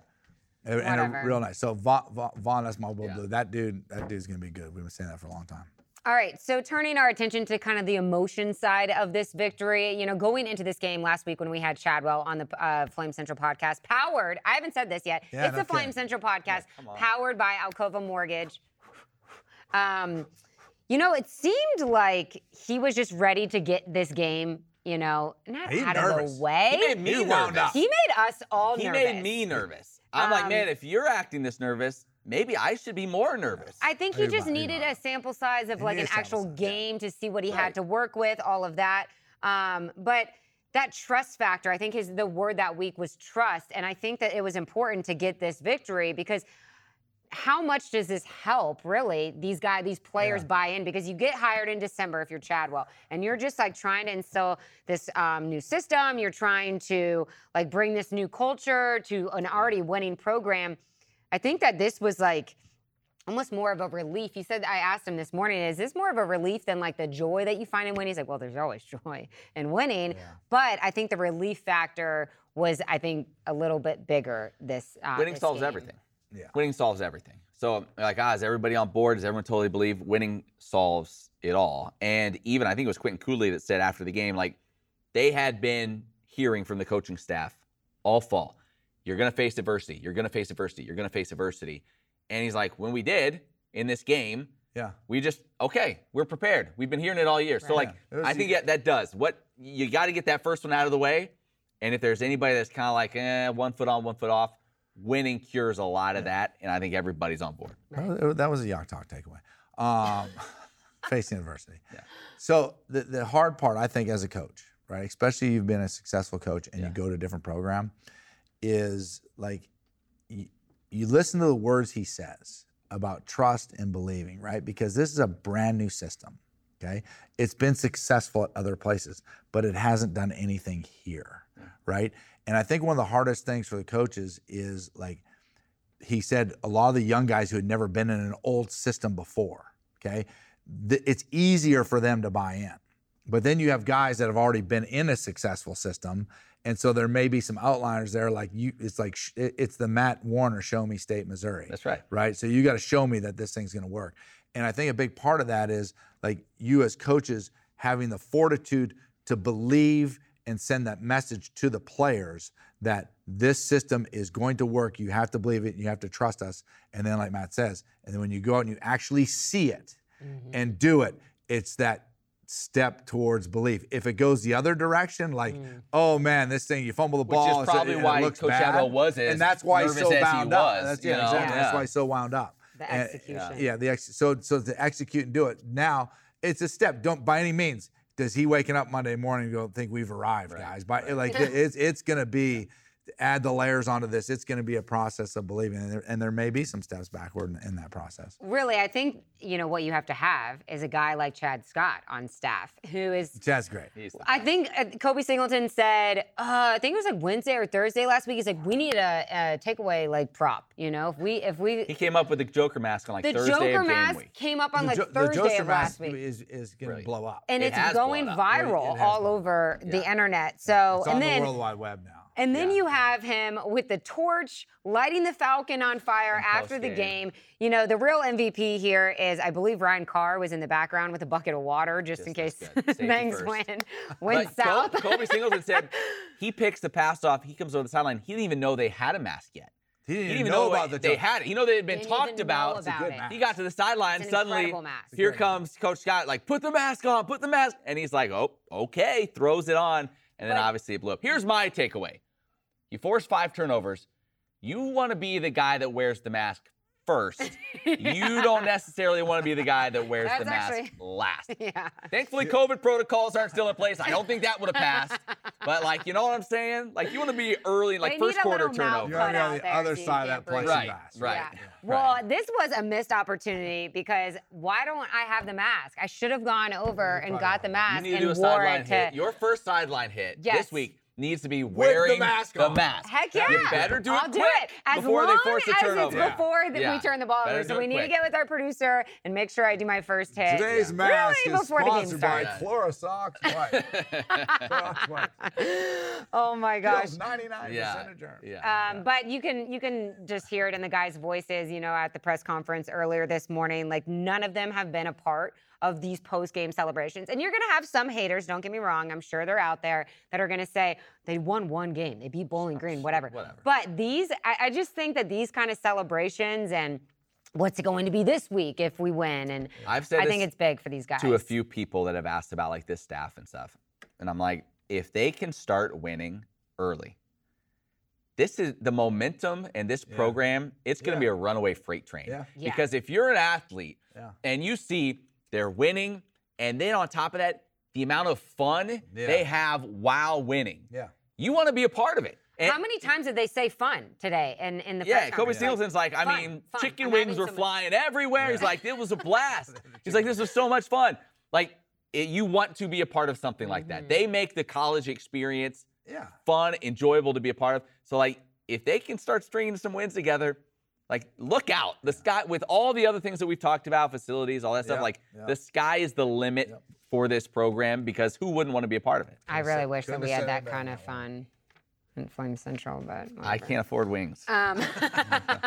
Speaker 4: And, and a
Speaker 2: Whatever.
Speaker 4: real nice. So Von, Von, Von that's my boy
Speaker 3: Yeah.
Speaker 4: blue. That dude, that dude's gonna be good. We've been saying that for a long time.
Speaker 2: All right, so turning our attention to kind of the emotion side of this victory, you know, going into this game last week when we had Chadwell on the uh, Flame Central podcast, powered, I haven't said this yet,
Speaker 4: Yeah,
Speaker 2: it's
Speaker 4: no
Speaker 2: the Flame
Speaker 4: kidding.
Speaker 2: Central podcast,
Speaker 3: on.
Speaker 2: powered by Alcova Mortgage. Um, you know, it seemed like he was just ready to get this game, you know, not
Speaker 4: He's
Speaker 2: out of
Speaker 4: nervous.
Speaker 2: the way.
Speaker 3: He made me
Speaker 4: He wound
Speaker 3: nervous.
Speaker 4: up.
Speaker 2: He made us all
Speaker 3: He
Speaker 2: nervous.
Speaker 3: made me nervous. I'm like,
Speaker 2: Um,
Speaker 3: man, if you're acting this nervous, maybe I should be more nervous.
Speaker 2: I think he
Speaker 4: Maybe
Speaker 2: just
Speaker 4: not, maybe
Speaker 2: needed
Speaker 4: not.
Speaker 2: a sample size of
Speaker 4: He
Speaker 2: like an
Speaker 4: needed a sample
Speaker 2: actual
Speaker 4: size, yeah.
Speaker 2: game to see what he
Speaker 3: Right.
Speaker 2: had to work with, all of that. Um, but that trust factor, I think, is the word that week was trust, and I think that it was important to get this victory because how much does this help really these guys these players buy in because you get hired in december if you're chadwell and you're just like trying to instill this um, new system you're trying to like bring this new culture to an already winning program i think that this was like almost more of a relief he said i asked him this morning is this more of a relief than like the joy that you find in winning he's like well there's always *laughs* joy in winning but i think the relief factor was i think a little bit bigger this uh,
Speaker 3: winning
Speaker 2: this
Speaker 3: solves
Speaker 2: game.
Speaker 3: everything.
Speaker 4: Yeah.
Speaker 3: Winning solves everything. So like, ah, is everybody on board? Does everyone totally believe winning solves it all? And even I think it was Quentin Cooley that said after the game, like, they had been hearing from the coaching staff all fall. You're gonna face adversity. You're gonna face adversity. You're gonna face adversity. And he's like, when we did in this game,
Speaker 4: Yeah.
Speaker 3: we just okay, we're prepared. We've been hearing it all year. So
Speaker 2: Right.
Speaker 3: like,
Speaker 4: Yeah, it was
Speaker 3: I think
Speaker 4: easy.
Speaker 3: that, that does what you got to get that first one out of the way. And if there's anybody that's kind of like eh, one foot on, one foot off, winning cures a lot of that. And I think everybody's on board.
Speaker 4: That was- That was a Yacht Talk takeaway. Um, *laughs* facing adversity. So the, the hard part, I think, as a coach, right, especially you've been a successful coach and you go to a different program, is like you, you listen to the words he says about trust and believing, right? Because this is a brand new system. Okay, it's been successful at other places, but it hasn't done anything here, right? And I think one of the hardest things for the coaches is like he said a lot of the young guys who had never been in an old system before, okay, th- it's easier for them to buy in. But then you have guys that have already been in a successful system. And so there may be some outliers there. Like you, it's like, sh- it- it's the Matt Warner show me state Missouri
Speaker 3: That's right.
Speaker 4: right? So you got to show me that this thing's going to work. And I think a big part of that is like you as coaches having the fortitude to believe and send that message to the players that this system is going to work. You have to believe it. You have to trust us. And then, like Matt says, and then when you go out and you actually see it
Speaker 3: Mm-hmm.
Speaker 4: and do it, it's that step towards belief. If it goes the other direction, like, oh man, this thing, you fumble the
Speaker 3: Mm. Which
Speaker 4: ball,
Speaker 3: is
Speaker 4: and so-
Speaker 3: probably
Speaker 4: and
Speaker 3: why
Speaker 4: it looks
Speaker 3: Coach
Speaker 4: bad,
Speaker 3: Adwell was as
Speaker 4: and that's why he's
Speaker 3: nervous
Speaker 4: so
Speaker 3: as he
Speaker 4: bound
Speaker 3: was,
Speaker 4: up. That's,
Speaker 3: you
Speaker 4: yeah,
Speaker 3: know?
Speaker 4: exactly. That's
Speaker 3: Yeah.
Speaker 4: why he's so wound up.
Speaker 2: The
Speaker 4: And- uh,
Speaker 2: execution.
Speaker 4: yeah, the ex- so so to execute and do it now. It's a step. Don't by any means does he waking up Monday morning and go think we've arrived, guys. But like it's it's gonna be add the layers onto this. It's gonna be a process of believing, and there, and there may be some steps backward in, in that process.
Speaker 2: Really, I think you know what you have to have is a guy like Chad Scott on staff who is
Speaker 4: That's great.
Speaker 2: I think uh, Kobe Singleton said, uh, I think it was like Wednesday or Thursday last week. He's like, we need a, a takeaway like prop. You know, if we if
Speaker 3: He
Speaker 2: we
Speaker 3: came up with the Joker mask on like
Speaker 2: the
Speaker 3: Thursday of
Speaker 2: Joker
Speaker 3: game
Speaker 2: mask
Speaker 3: week.
Speaker 2: came up on
Speaker 4: The
Speaker 2: like
Speaker 4: Jo- the
Speaker 2: Thursday
Speaker 4: Joker
Speaker 2: of last
Speaker 4: mask
Speaker 2: week,
Speaker 4: is is gonna
Speaker 3: Brilliant.
Speaker 4: blow up.
Speaker 2: and
Speaker 3: It
Speaker 2: it's
Speaker 3: has
Speaker 2: going
Speaker 3: blown up. Right,
Speaker 4: it
Speaker 2: viral
Speaker 4: has
Speaker 2: all
Speaker 4: blown up.
Speaker 2: over the
Speaker 3: Yeah.
Speaker 2: internet. So
Speaker 4: it's on
Speaker 2: and
Speaker 4: the
Speaker 2: then
Speaker 4: World Wide Web now.
Speaker 2: and then you have him with the torch lighting the Falcon on fire after the
Speaker 3: post-game.
Speaker 2: game. You know, the real MVP here is I believe Ryan Carr was in the background with a bucket of water just, in case
Speaker 3: Just that's good.
Speaker 2: *laughs*
Speaker 3: Safety
Speaker 2: things
Speaker 3: first. *laughs*
Speaker 2: went went
Speaker 3: But Col-
Speaker 2: south.
Speaker 3: Kobe
Speaker 2: *laughs*
Speaker 3: Singleton said he picks the pass off. He comes over the sideline. He didn't even know they had a mask yet.
Speaker 4: He didn't,
Speaker 3: He
Speaker 4: even know, about
Speaker 3: it-
Speaker 4: the
Speaker 3: they
Speaker 4: Joker.
Speaker 3: had it. He know they had been
Speaker 2: Didn't even
Speaker 3: talked
Speaker 2: know
Speaker 3: about.
Speaker 2: It's a about good it. mask.
Speaker 3: He got to the sideline
Speaker 2: It's an
Speaker 3: suddenly.
Speaker 2: incredible mask.
Speaker 3: Here
Speaker 4: Great
Speaker 3: comes Coach Scott. Like put the mask on. Put the mask. And he's like, oh, okay. Throws it on, and then
Speaker 2: But-
Speaker 3: obviously it blew up. Here's my takeaway: you force five turnovers. You want to be the guy that wears the mask first.
Speaker 2: *laughs*
Speaker 3: You don't necessarily want to be the guy that wears the
Speaker 2: That's
Speaker 3: mask
Speaker 2: actually-
Speaker 3: last.
Speaker 2: *laughs* yeah.
Speaker 3: Thankfully, COVID protocols aren't still in place. I don't think that
Speaker 2: *laughs*
Speaker 3: would have passed. But like, you know what I'm saying? Like, you want to be early, like
Speaker 2: They
Speaker 3: first
Speaker 2: need a
Speaker 3: quarter
Speaker 2: little mouth
Speaker 3: turnover.
Speaker 4: You're on
Speaker 2: cut
Speaker 4: the
Speaker 2: out there
Speaker 4: other
Speaker 2: so you
Speaker 4: side of
Speaker 2: can't
Speaker 4: that plexiglass.
Speaker 2: breathe.
Speaker 3: Right, right.
Speaker 2: Yeah.
Speaker 3: Right.
Speaker 2: Well, this was a missed opportunity because why don't I have the mask? I should have gone over and got the
Speaker 3: You
Speaker 2: mask
Speaker 3: need to do a
Speaker 2: and wore
Speaker 3: sideline
Speaker 2: it
Speaker 3: hit.
Speaker 2: to.
Speaker 3: Your first sideline hit this
Speaker 2: Yes.
Speaker 3: week needs to be
Speaker 4: the
Speaker 3: wearing
Speaker 4: mask on.
Speaker 2: Heck yeah!
Speaker 3: You better do it
Speaker 2: I'll do
Speaker 3: quick
Speaker 2: it as
Speaker 3: before they
Speaker 2: long
Speaker 3: force the
Speaker 2: as
Speaker 3: turnover.
Speaker 2: it's before that
Speaker 3: Yeah.
Speaker 2: we turn the ball
Speaker 3: Better
Speaker 2: over.
Speaker 3: do
Speaker 2: So we
Speaker 3: it
Speaker 2: need
Speaker 3: quick.
Speaker 2: to get with our producer and make sure I do my first hit.
Speaker 4: Today's mask
Speaker 2: really
Speaker 4: is
Speaker 2: before the game
Speaker 4: sponsored by
Speaker 2: starts.
Speaker 4: Clorosox
Speaker 2: *laughs*
Speaker 4: White. Clorox White.
Speaker 2: Oh my gosh!
Speaker 4: Feels 99%
Speaker 3: Yeah.
Speaker 4: adjourned.
Speaker 3: Yeah.
Speaker 2: Um, but you can you can just hear it in the guys' voices, you know, at the press conference earlier this morning. Like none of them have been a part of these post-game celebrations. And you're gonna have some haters, don't get me wrong, I'm sure they're out there that are gonna say they won one game, they beat Bowling Green, whatever.
Speaker 3: whatever.
Speaker 2: But these I, I just think that these kind of celebrations and what's it going to be this week if we win? And
Speaker 3: I've said
Speaker 2: I think
Speaker 3: this
Speaker 2: it's big for these guys.
Speaker 3: to a few people that have asked about like this staff and stuff. And I'm like, if they can start winning early, this is the momentum and this program, it's going to
Speaker 4: Yeah.
Speaker 3: be a runaway freight train.
Speaker 4: Yeah.
Speaker 2: Yeah.
Speaker 3: Because if you're an athlete
Speaker 4: Yeah.
Speaker 3: and you see they're winning, and then on top of that, the amount of fun
Speaker 4: Yeah.
Speaker 3: they have while winning,
Speaker 4: Yeah.
Speaker 3: you want to be a part of it. And-
Speaker 2: How many times did they say fun today in, in the
Speaker 3: yeah,
Speaker 2: press
Speaker 3: Kobe
Speaker 2: conference?
Speaker 3: Singleton's like, I
Speaker 2: Fun,
Speaker 3: mean,
Speaker 2: fun.
Speaker 3: chicken
Speaker 2: I'm
Speaker 3: wings
Speaker 2: having
Speaker 3: were
Speaker 2: so much-
Speaker 3: flying everywhere. He's like, it
Speaker 2: *laughs*
Speaker 3: was a blast. He's like, this was so much fun. Like, it, you want to be a part of something like
Speaker 2: Mm-hmm.
Speaker 3: that. They make the college experience
Speaker 4: Yeah.
Speaker 3: fun, enjoyable to be a part of. So, like, if they can start stringing some wins together, like, look out. The sky, with all the other things that we've talked about, facilities, all that stuff,
Speaker 4: Yeah,
Speaker 3: like,
Speaker 4: yeah.
Speaker 3: the sky is the limit for this program because who wouldn't want to be a part of it?
Speaker 2: I really wish that
Speaker 4: couldn't
Speaker 2: we had
Speaker 4: have said it
Speaker 2: that
Speaker 4: better
Speaker 2: kind of fun in Flame Central, but
Speaker 3: I
Speaker 2: whatever.
Speaker 3: can't afford wings.
Speaker 2: Um,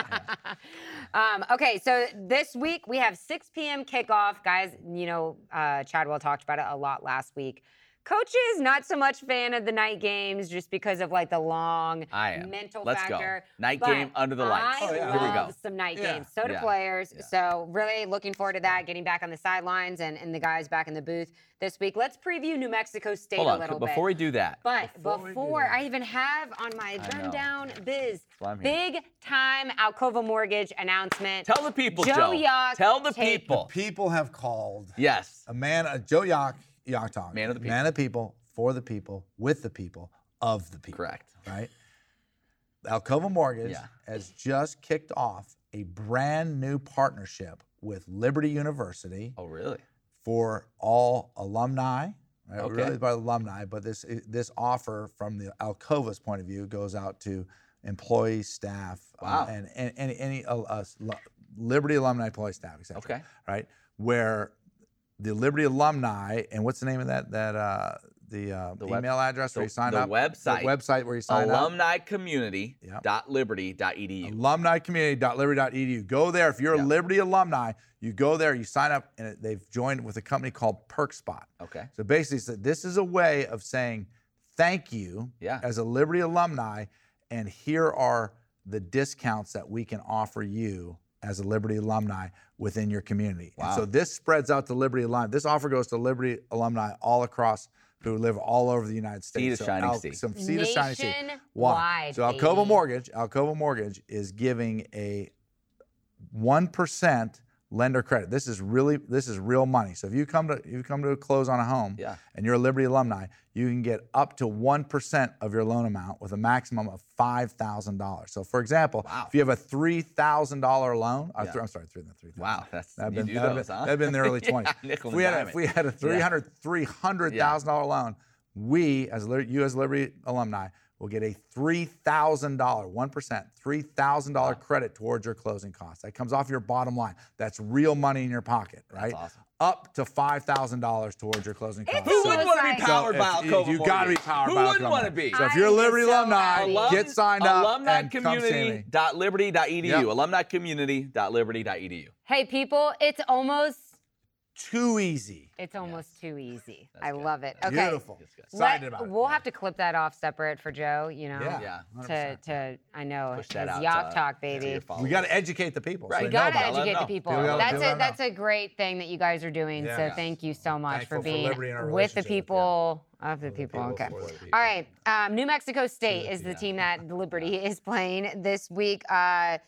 Speaker 2: *laughs* um, okay, so this week we have 6 p.m. kickoff, guys. You know, uh, Chadwell talked about it a lot last week. coaches not so much fan of the night games just because of like the long
Speaker 3: I am.
Speaker 2: mental
Speaker 3: Let's
Speaker 2: factor.
Speaker 3: go. Night
Speaker 2: but
Speaker 3: game under the lights.
Speaker 2: I
Speaker 4: Oh, yeah.
Speaker 2: love
Speaker 3: Here we go.
Speaker 2: some night
Speaker 4: Yeah.
Speaker 2: games. So do
Speaker 3: Yeah.
Speaker 2: players.
Speaker 3: Yeah.
Speaker 2: So really looking forward to that. Getting back on the sidelines and, and the guys back in the booth this week. Let's preview New Mexico State
Speaker 3: Hold
Speaker 2: a
Speaker 3: on.
Speaker 2: little
Speaker 3: c- Before
Speaker 2: bit.
Speaker 3: we do that,
Speaker 2: but
Speaker 4: Before
Speaker 2: before,
Speaker 4: we do that.
Speaker 2: I even have on my
Speaker 3: I know.
Speaker 2: rundown biz,
Speaker 3: why I'm here.
Speaker 2: big time Alcova mortgage announcement.
Speaker 3: tell the people,
Speaker 2: Joe
Speaker 3: Joe.
Speaker 2: Yock
Speaker 3: tell the
Speaker 2: take-
Speaker 3: people.
Speaker 4: People have called.
Speaker 3: yes.
Speaker 4: a man, a Joe Yock, Yock Tong,
Speaker 3: Man of the people.
Speaker 4: man of people, for the people, with the people, of the people.
Speaker 3: Correct.
Speaker 4: Right. Alcova Mortgage
Speaker 3: Yeah.
Speaker 4: has just kicked off a brand new partnership with Liberty University
Speaker 3: Oh, really?
Speaker 4: for all alumni. Right?
Speaker 3: Okay.
Speaker 4: We're Really about alumni, but this this offer from the Alcova's point of view goes out to employees, staff,
Speaker 3: Wow.
Speaker 4: uh, and, and any any uh, uh, Liberty alumni, employee, staff, etc
Speaker 3: Okay.
Speaker 4: right? Where the Liberty alumni and what's the name of that that uh, the, uh,
Speaker 3: The web-
Speaker 4: email address where
Speaker 3: the-
Speaker 4: you sign
Speaker 3: the
Speaker 4: up?
Speaker 3: website.
Speaker 4: The website where you sign up. Yep.
Speaker 3: alumnicommunity.liberty.edu.
Speaker 4: alumnicommunity.liberty.edu. E Go there. If you're
Speaker 3: Yeah.
Speaker 4: a Liberty alumni, you go there, you sign up, and it- they've joined with a company called PerkSpot.
Speaker 3: Okay.
Speaker 4: So basically, so this is a way of saying thank you
Speaker 3: Yeah.
Speaker 4: as a Liberty alumni, and here are the discounts that we can offer you as a Liberty alumni within your community. And so
Speaker 3: Wow.
Speaker 4: this spreads out to Liberty alumni. This offer goes to Liberty alumni all across who live all over the United States.
Speaker 3: Sea to shining sea.
Speaker 4: Some sea to shining sea. Why?
Speaker 2: Nationwide,
Speaker 4: So Alcova
Speaker 2: baby.
Speaker 4: Mortgage, Alcova Mortgage is giving a 1% lender credit. This is really this is real money. So if you come to if you come to a close on a home
Speaker 3: Yeah.
Speaker 4: and you're a Liberty alumni, you can get up to 1% of your loan amount with a maximum of $5,000. So for example,
Speaker 3: Wow.
Speaker 4: if you have a $3,000 loan, or
Speaker 3: Yeah.
Speaker 4: th- I'm sorry, 3 three thousand.
Speaker 3: Wow. That's
Speaker 4: That'd
Speaker 3: you
Speaker 4: been,
Speaker 3: do
Speaker 4: that'd
Speaker 3: those,
Speaker 4: been,
Speaker 3: huh?
Speaker 4: that'd been in the early
Speaker 3: *laughs*
Speaker 4: 20s.
Speaker 3: yeah, nickel
Speaker 4: if, we
Speaker 3: and
Speaker 4: had a,
Speaker 3: diamond.
Speaker 4: if we had a 300 $300,000 loan, we, as Lib- you as Liberty alumni, will get a $3,000, 1%, $3,000 credit towards your closing costs. That comes off your bottom line. That's real money in your pocket, right?
Speaker 3: awesome.
Speaker 4: Up to $5,000 towards your closing costs.
Speaker 2: a
Speaker 3: Who
Speaker 2: So
Speaker 3: wouldn't want to be
Speaker 2: excited.
Speaker 3: powered by
Speaker 4: if you-
Speaker 3: Alcova?
Speaker 4: You got to be
Speaker 3: Mortgage?
Speaker 4: powered
Speaker 3: Who
Speaker 4: by
Speaker 3: wouldn't
Speaker 4: Alcova
Speaker 3: want to
Speaker 4: Mortgage.
Speaker 3: be?
Speaker 4: So if
Speaker 2: I
Speaker 4: you're a
Speaker 2: am
Speaker 4: Liberty
Speaker 2: so
Speaker 4: alumni,
Speaker 2: happy. Alum-
Speaker 4: get signed up and come see me.
Speaker 3: alumnicommunity.liberty.edu.
Speaker 4: Yep.
Speaker 3: Alumnicommunity.liberty.edu.
Speaker 2: Hey people, it's almost
Speaker 4: Too easy.
Speaker 2: it's almost too easy. I
Speaker 3: good.
Speaker 2: love it.
Speaker 3: That's
Speaker 2: okay.
Speaker 4: Beautiful.
Speaker 3: Yes, yes.
Speaker 4: Excited
Speaker 2: Let-
Speaker 4: about it.
Speaker 2: We'll have to clip that off separate for Joe, you know.
Speaker 4: Yeah.
Speaker 3: Yeah.
Speaker 2: To,
Speaker 4: 100%.
Speaker 2: to I know
Speaker 3: Push
Speaker 2: it's
Speaker 3: that out.
Speaker 2: Yacht
Speaker 3: to-
Speaker 2: Talk,
Speaker 3: to your
Speaker 2: baby.
Speaker 4: We
Speaker 3: followers.
Speaker 4: got to educate the people.
Speaker 3: Right.
Speaker 4: So
Speaker 2: You
Speaker 4: they know
Speaker 2: gotta
Speaker 4: about it.
Speaker 3: Let 'em
Speaker 2: educate the
Speaker 3: know.
Speaker 2: people.
Speaker 4: People gotta-
Speaker 2: that's
Speaker 4: people gotta
Speaker 2: a
Speaker 4: know.
Speaker 2: that's a great thing that you guys are doing.
Speaker 4: Yeah.
Speaker 2: So
Speaker 4: Yes.
Speaker 2: thank you so much
Speaker 4: Thankful
Speaker 2: for
Speaker 4: for
Speaker 2: being
Speaker 4: Liberty and our
Speaker 2: with the
Speaker 4: relationship, yeah.
Speaker 2: people of the people.
Speaker 4: people,
Speaker 2: okay.
Speaker 4: for the
Speaker 2: All right. Um, New Mexico State is the
Speaker 4: yeah.
Speaker 2: team that
Speaker 4: *laughs*
Speaker 2: Liberty is playing this week. Uh,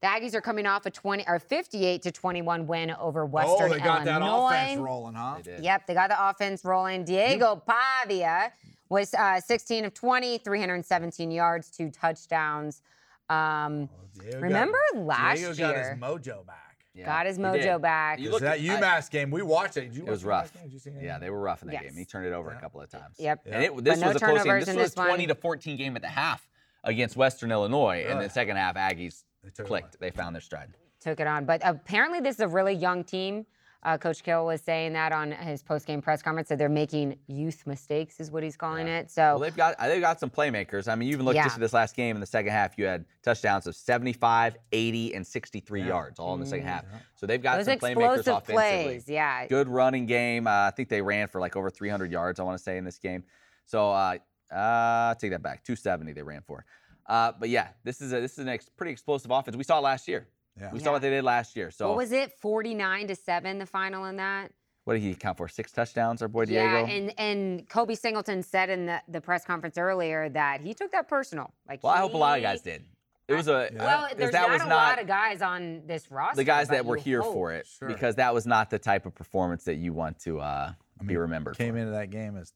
Speaker 2: the Aggies are coming off a 20 or 58 to 21 win over Western
Speaker 4: oh, they got
Speaker 2: Illinois.
Speaker 4: that offense rolling, huh?
Speaker 3: They did.
Speaker 2: Yep, they got the offense rolling. Diego Pavia was uh, 16 of 20, 317 yards, two touchdowns. Um,
Speaker 4: Diego
Speaker 2: remember
Speaker 4: got,
Speaker 2: last
Speaker 4: Diego
Speaker 2: year,
Speaker 4: got his mojo back.
Speaker 3: Yeah,
Speaker 2: got his
Speaker 3: they
Speaker 2: mojo
Speaker 3: did.
Speaker 2: back.
Speaker 3: You
Speaker 4: Because
Speaker 3: look
Speaker 4: that
Speaker 3: at- I-
Speaker 4: UMass game, we watched it. Did you
Speaker 3: It was
Speaker 4: watch UMass
Speaker 3: rough.
Speaker 4: game? Did you see that?
Speaker 3: Yeah, they were rough in that
Speaker 2: Yes.
Speaker 3: game. He turned it over a
Speaker 4: Yeah.
Speaker 3: couple of times.
Speaker 2: Yep.
Speaker 3: And
Speaker 4: Yeah.
Speaker 3: it, this
Speaker 2: no
Speaker 3: was a close game.
Speaker 2: turnovers
Speaker 3: This
Speaker 2: in
Speaker 3: was
Speaker 2: this one.
Speaker 3: 20 to 14 game at the half against Western Illinois. And the
Speaker 4: Ugh.
Speaker 3: second half, Aggies
Speaker 4: They took it
Speaker 3: clicked. They found their stride.
Speaker 2: took it on. But apparently, this is a really young team. Uh, Coach Kill was saying that on his post-game press conference that they're making youth mistakes, is what he's calling it. So
Speaker 3: Well, they've got they've got some playmakers. I mean, you even look just
Speaker 2: Oh. Yeah.
Speaker 3: at this last game in the second half. You had touchdowns of 75, 80, and 63 yards, all in the second half. So they've got
Speaker 2: those
Speaker 3: some playmakers
Speaker 2: Mm. explosive
Speaker 3: offensively.
Speaker 2: plays, yeah.
Speaker 3: Good running game. Uh, I think they ran for like over 300 yards. I want to say in this game. So uh, uh, take that back. 270 they ran for. Uh, but yeah, this is a, this is an ex- pretty explosive offense. We saw it last year.
Speaker 4: Yeah.
Speaker 3: We saw what they did last year. So
Speaker 2: What was it, 49 to seven, the final in that?
Speaker 3: what did he count for? Six touchdowns, our boy
Speaker 2: Yeah,
Speaker 3: Diego.
Speaker 2: and and Kobe Singleton said in the, the press conference earlier that he took that personal. Like,
Speaker 3: well, I hope a lot of
Speaker 2: he-
Speaker 3: guys did. It was a
Speaker 2: Well,
Speaker 3: it was-
Speaker 2: there's
Speaker 3: that
Speaker 2: not
Speaker 3: was
Speaker 2: a
Speaker 3: not
Speaker 2: lot of guys on this roster.
Speaker 3: the guys
Speaker 2: but
Speaker 3: that were
Speaker 2: you
Speaker 3: here
Speaker 2: hope.
Speaker 3: for it
Speaker 4: Sure.
Speaker 3: because that was not the type of performance that you want to uh, be remembered
Speaker 4: Came
Speaker 3: for.
Speaker 4: into that game as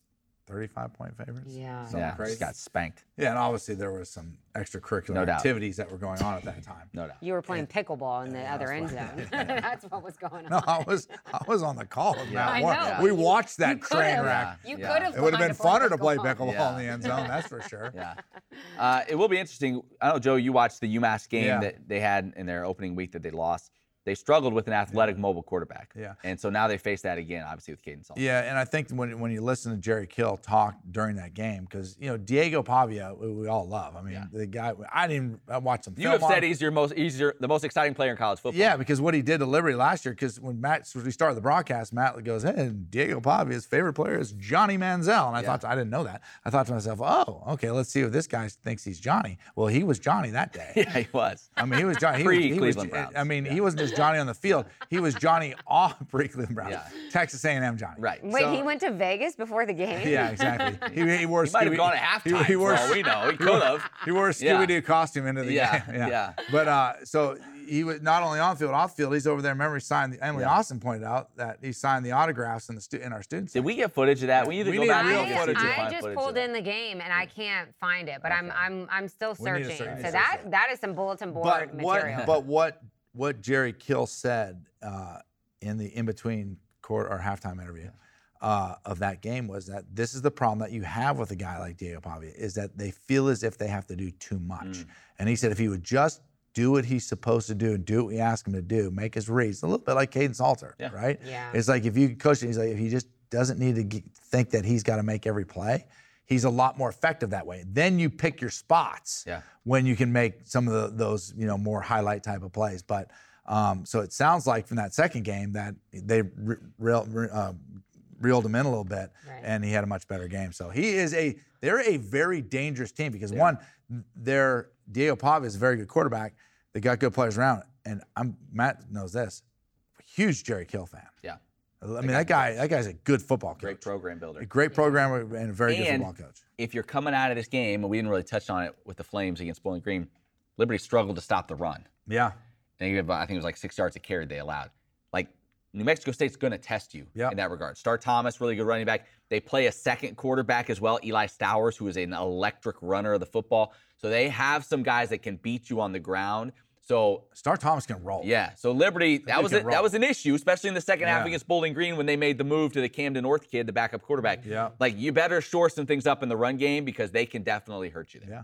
Speaker 4: 35 point favorites.
Speaker 2: Yeah.
Speaker 4: Something
Speaker 3: yeah,
Speaker 4: crazy.
Speaker 3: just got spanked,
Speaker 4: yeah, and obviously there was some extracurricular
Speaker 3: No doubt.
Speaker 4: activities that were going on at that time.
Speaker 3: no doubt.
Speaker 2: You were playing pickleball in the
Speaker 4: Yeah,
Speaker 2: other end zone. *laughs*
Speaker 3: *laughs*
Speaker 4: that's
Speaker 2: That's what was going on.
Speaker 4: *laughs* No, I was I was on the call with
Speaker 3: I
Speaker 4: Matt
Speaker 2: know.
Speaker 4: Warren.
Speaker 2: Yeah.
Speaker 4: We watched
Speaker 2: You
Speaker 4: that train
Speaker 2: could've-
Speaker 4: wreck.
Speaker 2: You
Speaker 3: Yeah.
Speaker 2: could have.
Speaker 4: It would have been funner to play pickleball
Speaker 3: Yeah.
Speaker 4: in the end zone, that's for sure.
Speaker 3: Yeah, uh, it will be interesting. I know Joe, you watched the UMass game
Speaker 4: Yeah.
Speaker 3: that they had in their opening week that they lost. they struggled with an athletic mobile quarterback.
Speaker 4: Yeah.
Speaker 3: And so now they face that again, obviously with Caden Salt.
Speaker 4: Yeah, and I think when when you listen to Jerry Kill talk during that game, because you know Diego Pavia, we, we all love. I mean, the guy. I didn't even I watched him.
Speaker 3: You have
Speaker 4: on.
Speaker 3: said he's your most he's your the most exciting player in college football.
Speaker 4: Yeah, because what he did to Liberty last year, because when Matt when we started the broadcast, Matt goes, "Hey, Diego Pavia's favorite player is Johnny Manziel," and I thought I didn't know that. I thought to myself, "Oh, okay, let's see if this guy thinks he's Johnny." Well, he was Johnny that day.
Speaker 3: *laughs* *laughs* Yeah, he was.
Speaker 4: I mean, he was Johnny. He was, he was-
Speaker 3: Pre-Cleveland Browns.
Speaker 4: I mean, he wasn't just Johnny on the field. He was Johnny *laughs* off pre-Cleveland Browns,
Speaker 3: Yeah.
Speaker 4: Texas A&M Johnny.
Speaker 3: Right.
Speaker 2: Wait,
Speaker 3: So-
Speaker 2: he went to Vegas before the game?
Speaker 3: *laughs*
Speaker 4: Yeah, exactly. He, he wore.
Speaker 3: He might have
Speaker 4: Scooby-
Speaker 3: gone at
Speaker 4: he-
Speaker 3: halftime.
Speaker 4: *laughs* He wore.
Speaker 3: for all we know. He could have.
Speaker 4: He wore a
Speaker 3: Yeah.
Speaker 4: Scooby Doo costume into the
Speaker 3: Yeah,
Speaker 4: game.
Speaker 3: yeah.
Speaker 4: But uh, so he was not only on field, off field. He's over there. Remember, he signed. The, Emily
Speaker 3: Yeah.
Speaker 4: Austin pointed out that he signed the autographs in the stu- in our students.
Speaker 3: Did we get footage of that? We need to
Speaker 4: We
Speaker 3: go
Speaker 4: need
Speaker 3: back
Speaker 4: real
Speaker 3: and get
Speaker 2: *laughs* I,
Speaker 3: footage.
Speaker 4: footage.
Speaker 3: and
Speaker 2: I
Speaker 3: find
Speaker 2: just
Speaker 3: footage of
Speaker 2: pulled
Speaker 3: that.
Speaker 2: in the game and I can't find it, but I'm I'm I'm still
Speaker 4: We need to
Speaker 2: searching.
Speaker 4: search-
Speaker 2: so
Speaker 4: search
Speaker 2: that
Speaker 4: that.
Speaker 2: that is some bulletin board
Speaker 4: but
Speaker 2: material.
Speaker 4: what? But what? What Jerry Kill said uh, in the in between court or halftime interview. Uh, of that game was that this is the problem that you have with a guy like Diego Pavia is that they feel as if they have to do too much. And he said if he would just do what he's supposed to do and do what we ask him to do, make his reads, a little bit like Caden Salter, right?
Speaker 2: Yeah.
Speaker 4: It's like if you could coach, it, he's like if he just doesn't need to g- think that he's got to make every play, he's a lot more effective that way. Then you pick your spots
Speaker 3: Yeah.
Speaker 4: when you can make some of the, those you know more highlight type of plays. But um, so it sounds like from that second game that they re- reel- re- uh, reeled him in a little bit, and he had a much better game. So he is a they're a very dangerous team because one, their Diego Pavia is a very good quarterback. They got good players around, and I'm Matt knows this. Huge Jerry Kill fan.
Speaker 3: Yeah.
Speaker 4: I mean that guy. That guy's a good football coach.
Speaker 3: Great program builder.
Speaker 4: A great programmer and a very good
Speaker 3: And-
Speaker 4: football coach.
Speaker 3: if you're coming out of this game, and we didn't really touch on it with the Flames against Bowling Green, Liberty struggled to stop the run.
Speaker 4: Yeah.
Speaker 3: They gave about- I think it was like six yards of carry they allowed. Like New Mexico State's going to test you
Speaker 4: Yep.
Speaker 3: in that regard. Star Thomas, really good running back. They play a second quarterback as well, Eli Stowers, who is an electric runner of the football. So they have some guys that can beat you on the ground. So
Speaker 4: Star Thomas can roll.
Speaker 3: yeah, so Liberty that
Speaker 4: dude
Speaker 3: was
Speaker 4: can
Speaker 3: a,
Speaker 4: roll.
Speaker 3: that was an issue, especially in the second half
Speaker 4: Yeah.
Speaker 3: against Bowling Green when they made the move to the Camden North kid, the backup quarterback.
Speaker 4: Yeah.
Speaker 3: like you better shore some things up in the run game because they can definitely hurt you there.
Speaker 4: Yeah.